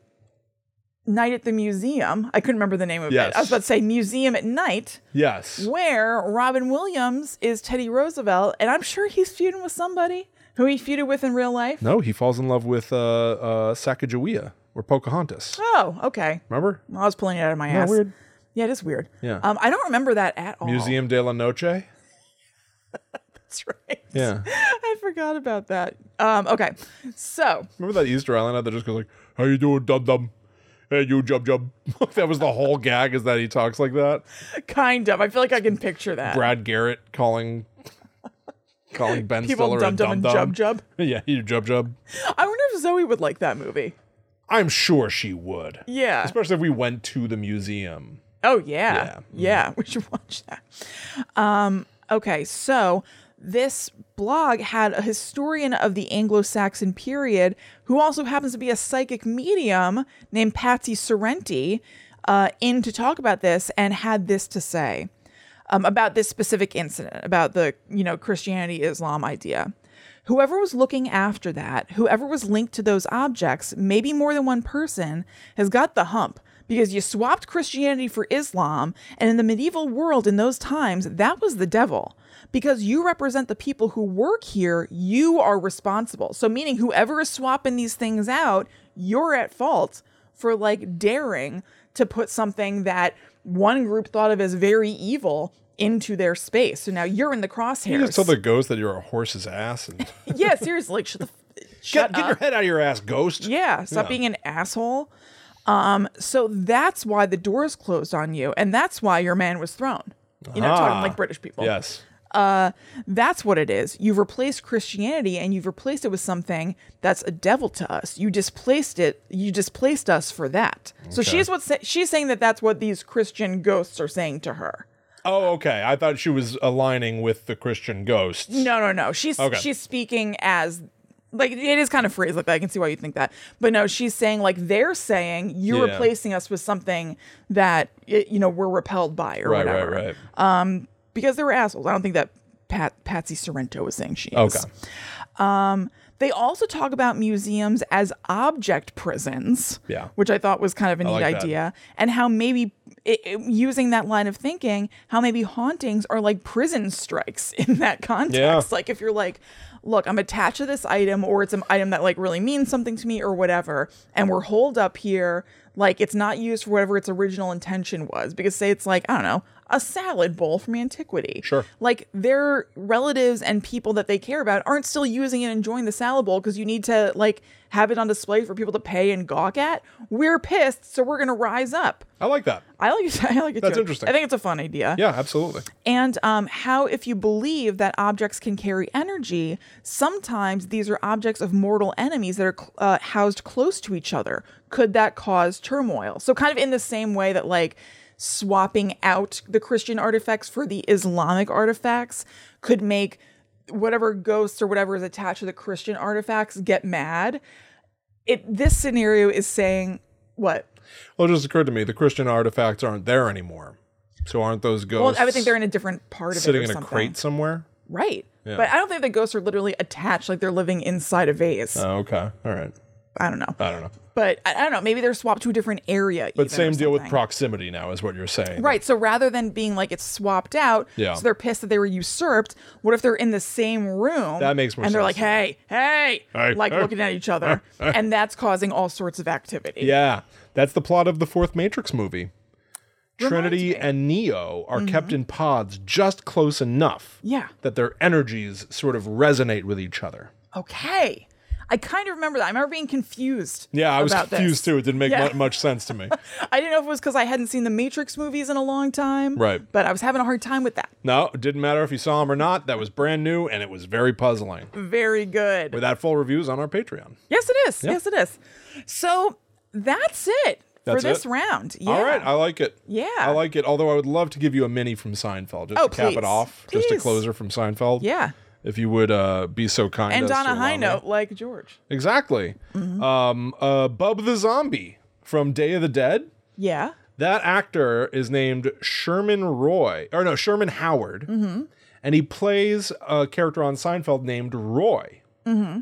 Night at the Museum. I couldn't remember the name of Yes. it. I was about to say Museum at Night, Yes. where Robin Williams is Teddy Roosevelt, and I'm sure he's feuding with somebody who he feuded with in real life. No, he falls in love with uh, uh, Sacagawea or Pocahontas. Oh, okay. Remember? Well, I was pulling it out of my that ass. weird? Yeah, it is weird. Yeah. Um, I don't remember that at all. Museum de la Noche. *laughs* That's right. Yeah. *laughs* I forgot about that. Um, okay. So Remember that Easter Island ad that just goes like, "How you doing, dum dum? Hey, you jub jub." *laughs* that was the whole gag is that he talks like that. kind of. I feel like I can picture that. Brad Garrett calling, calling Ben People Stiller dum dum a and dum jub dum. jub. *laughs* Yeah, you jub jub. I wonder if Zoe would like that movie. I'm sure she would. Yeah. Especially if we went to the museum. Oh yeah. Yeah. *laughs* We should watch that. Um, okay, so this blog had a historian of the Anglo-Saxon period who also happens to be a psychic medium named Patsy Sorrenti uh, in to talk about this and had this to say um, about this specific incident about the you know Christianity Islam idea. Whoever was looking after that, whoever was linked to those objects, maybe more than one person, has got the hump because you swapped Christianity for Islam, and in the medieval world in those times, that was the devil. Because you represent the people who work here, you are responsible. So, meaning whoever is swapping these things out, you're at fault for like daring to put something that one group thought of as very evil into their space. So now you're in the You crosshairs. just tell the ghost that you're a horse's ass and *laughs* yeah, seriously, like shut the f- *laughs* shut get, get up. your head out of your ass, ghost. Uh, Yeah, stop Yeah. being an asshole. Um, so that's why the doors closed on you, and that's why your man was thrown. You know, Ah. talking like British people. Yes. That's what it is. You've replaced Christianity and you've replaced it with something that's a devil to us. You displaced it. You displaced us for that. So she's what sa- she's saying that that's what these Christian ghosts are saying to her. Oh, okay. I thought she was aligning with the Christian ghosts. No, no, no. She's Okay. she's speaking as like it is kind of phrased like that. I can see why you think that. But no, she's saying like they're saying you're Yeah. replacing us with something that y- you know we're repelled by or Right, whatever. right, right. Because they were assholes. I don't think that Pat Patsy Sorrento is saying she is. okay. They also talk about museums as object prisons, Yeah. which I thought was kind of a neat like that. idea, and how maybe it, it- using that line of thinking, how maybe hauntings are like prison strikes *laughs* in that context. Yeah. Like if you're like, look, I'm attached to this item, or it's an item that like really means something to me, or whatever, and we're holed up here, like it's not used for whatever its original intention was. Because say it's like I don't know. A salad bowl from antiquity. Sure. Like their relatives and people that they care about aren't still using and enjoying the salad bowl because you need to like have it on display for people to pay and gawk at. We're pissed, so we're gonna rise up. I like that. I like *laughs* it. I like it. That's too. interesting. I think it's a fun idea Yeah, absolutely. and um, how if you believe that objects can carry energy sometimes these are objects of mortal enemies that are cl- uh, housed close to each other could that cause turmoil so kind of in the same way that like swapping out the christian artifacts for the islamic artifacts could make whatever ghosts or whatever is attached to the christian artifacts get mad it this scenario is saying what Well, it just occurred to me the Christian artifacts aren't there anymore. So aren't those well ghosts i would think they're in a different part of sitting it or in a something. crate somewhere? Right. But I don't think the ghosts are literally attached, like they're living inside a vase. Oh, okay. All right. I don't know. I don't know. But I, I don't know. Maybe they're swapped to a different area. But same deal with proximity now is what you're saying. Right. So rather than being like it's swapped out, Yeah. so they're pissed that they were usurped. What if they're in the same room? That makes more And they're sense. like, hey, hey, Hey, *laughs* like hey, looking at each other. and that's causing all sorts of activity. Yeah, that's the plot of the fourth Matrix movie. Trinity me. Mm-hmm. and Neo are kept in pods just close enough Yeah. that their energies sort of resonate with each other. Okay. I kind of remember that. I remember being confused. Yeah, I was about this. confused too. It didn't make Yeah. mu- much sense *laughs* to me. I didn't know if it was because I hadn't seen the Matrix movies in a long time. Right. But I was having a hard time with that. No, it didn't matter if you saw them or not. That was brand new and it was very puzzling. Very good. That full review is on our Patreon. yes, it is. Yes, it is. So that's it That's for this it? round. Yeah. All right, I like it. Yeah. I like it. Although I would love to give you a mini from Seinfeld just Oh, to cap please. it off, just a Please. closer from Seinfeld. Yeah. if you would uh, be so kind. and as on to a high allow me. note, like George. exactly. Um, uh, Bub the Zombie from Day of the Dead. Yeah. That actor is named Sherman Roy, or no, Sherman Howard, and he plays a character on Seinfeld named Roy.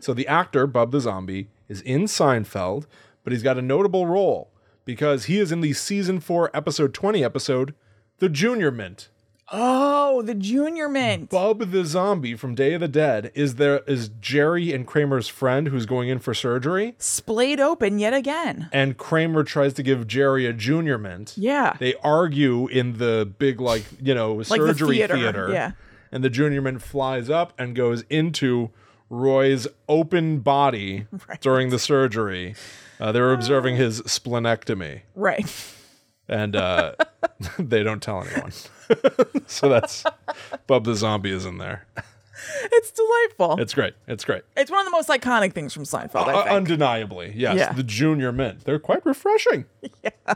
So the actor, Bub the Zombie, is in Seinfeld, but he's got a notable role because he is in the season four, episode 20 episode, The Junior Mint. Oh, the Junior Mint. Bub the Zombie from Day of the Dead is there is Jerry and Kramer's friend who's going in for surgery, Splayed open yet again. and Kramer tries to give Jerry a junior mint. Yeah. they argue in the big like you know the surgery theater, theater. yeah. and the junior mint flies up and goes into roy's open *laughs* body during the surgery uh, they were observing his splenectomy Right. *laughs* and uh, *laughs* they don't tell anyone *laughs* so that's bub the zombie is in there It's delightful. It's, it's great it's great one of the most iconic things from Seinfeld, Uh, I think. undeniably yes Yeah. the junior mint they're quite refreshing uh,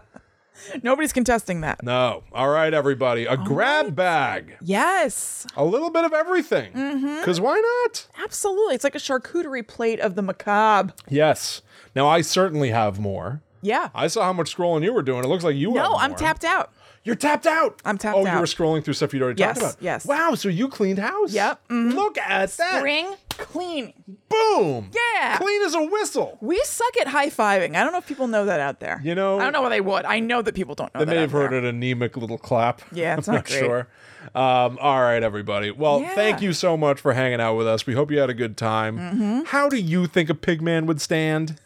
Nobody's contesting that. no all right everybody a grab bag Yes. a little bit of everything Mm-hmm. because why not Absolutely. It's like a charcuterie plate of the macabre. Yes. Now I certainly have more. Yeah. I saw how much scrolling you were doing. It looks like you have no, I'm more. tapped out. You're tapped out. I'm tapped oh, you out. were scrolling through stuff you'd already Yes, talked about. yes. Wow. So you cleaned house. Yep, mm-hmm. Look at that. Ring clean. Boom. Yeah. Clean as a whistle. We suck at high fiving. I don't know if people know that out there. You know- I don't know why they would. I know that people don't know. I that may out have heard there. an anemic little clap. *laughs* Yeah, it's I'm not not great. sure. Um, all right, everybody. Well, Yeah. Mm-hmm. thank you so much for hanging out with us. We hope you had a good time. How do you think a pig man would *laughs* stand?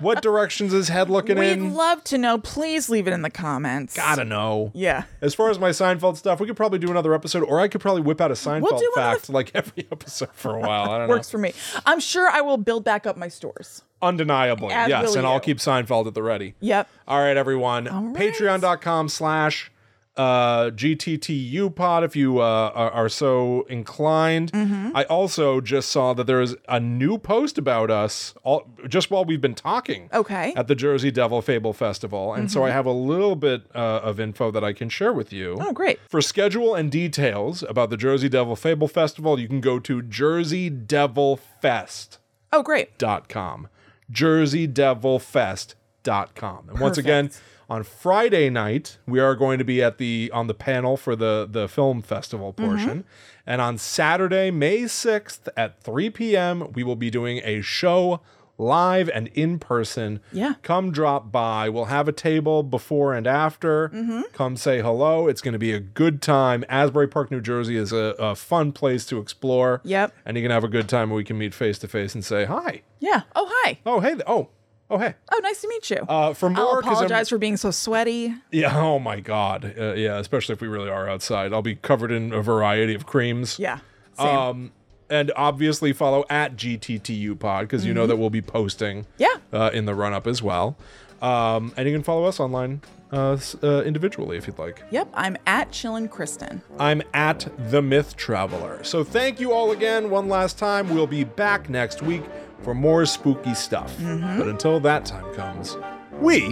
what direction's his head looking We'd in? love to know. Please leave it in the comments. Gotta know. Yeah. As far as my Seinfeld stuff, we could probably do another episode, or I could probably whip out a Seinfeld We'll do one of fact like every episode for a while. I don't know. Works for me. I'm sure I will build back up my stores. Undeniably, As yes, will and I'll you. keep Seinfeld at the ready. Yep. All right, everyone. right. Patreon.com slash uh, GTTU pod if you uh, are, are so inclined. Mm-hmm. I also just saw that there is a new post about us all, just while we've been talking. Okay. Mm-hmm. At the Jersey Devil Fable Festival. And so I have a little bit uh, of info that I can share with you. Oh, great. For schedule and details about the Jersey Devil Fable Festival, you can go to jerseydevilfest.com. Oh, great. jerseydevilfest.com. And once again, on Friday night, we are going to be at the on the panel for the the film festival portion. And on Saturday, May 6th at 3 p.m., we will be doing a show live and in person Yeah. come drop by. We'll have a table before and after. Come say hello. It's going to be a good time. Asbury Park, New Jersey is a, a fun place to explore. Yep. And you can have a good time where we can meet face to face and say hi. Yeah. Oh, hi. Oh, hey. th- Oh, oh, hey. Oh, nice to meet you. Uh, for I'll more, 'cause I'm- apologize for being so sweaty. yeah. Oh my God. Uh, yeah. Especially if we really are outside. I'll be covered in a variety of creams. Yeah. Same. Um, and obviously follow at GTTU Pod because you know that we'll be posting. Mm-hmm. Yeah. Uh, in the run up as well, um, and you can follow us online uh, s- uh, individually if you'd like. yep. I'm at Chillin' Kristen. I'm at the Myth Traveler. So thank you all again one last time. We'll be back next week for more spooky stuff. But until that time comes, we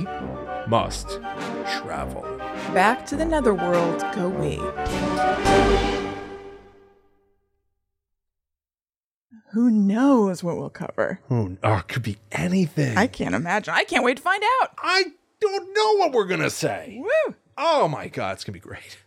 must travel. Back to the netherworld go we. Who knows what we'll cover? Who? Oh, it could be anything. I can't imagine. I can't wait to find out. I don't know what we're gonna say. Woo! Oh my god, it's gonna be great.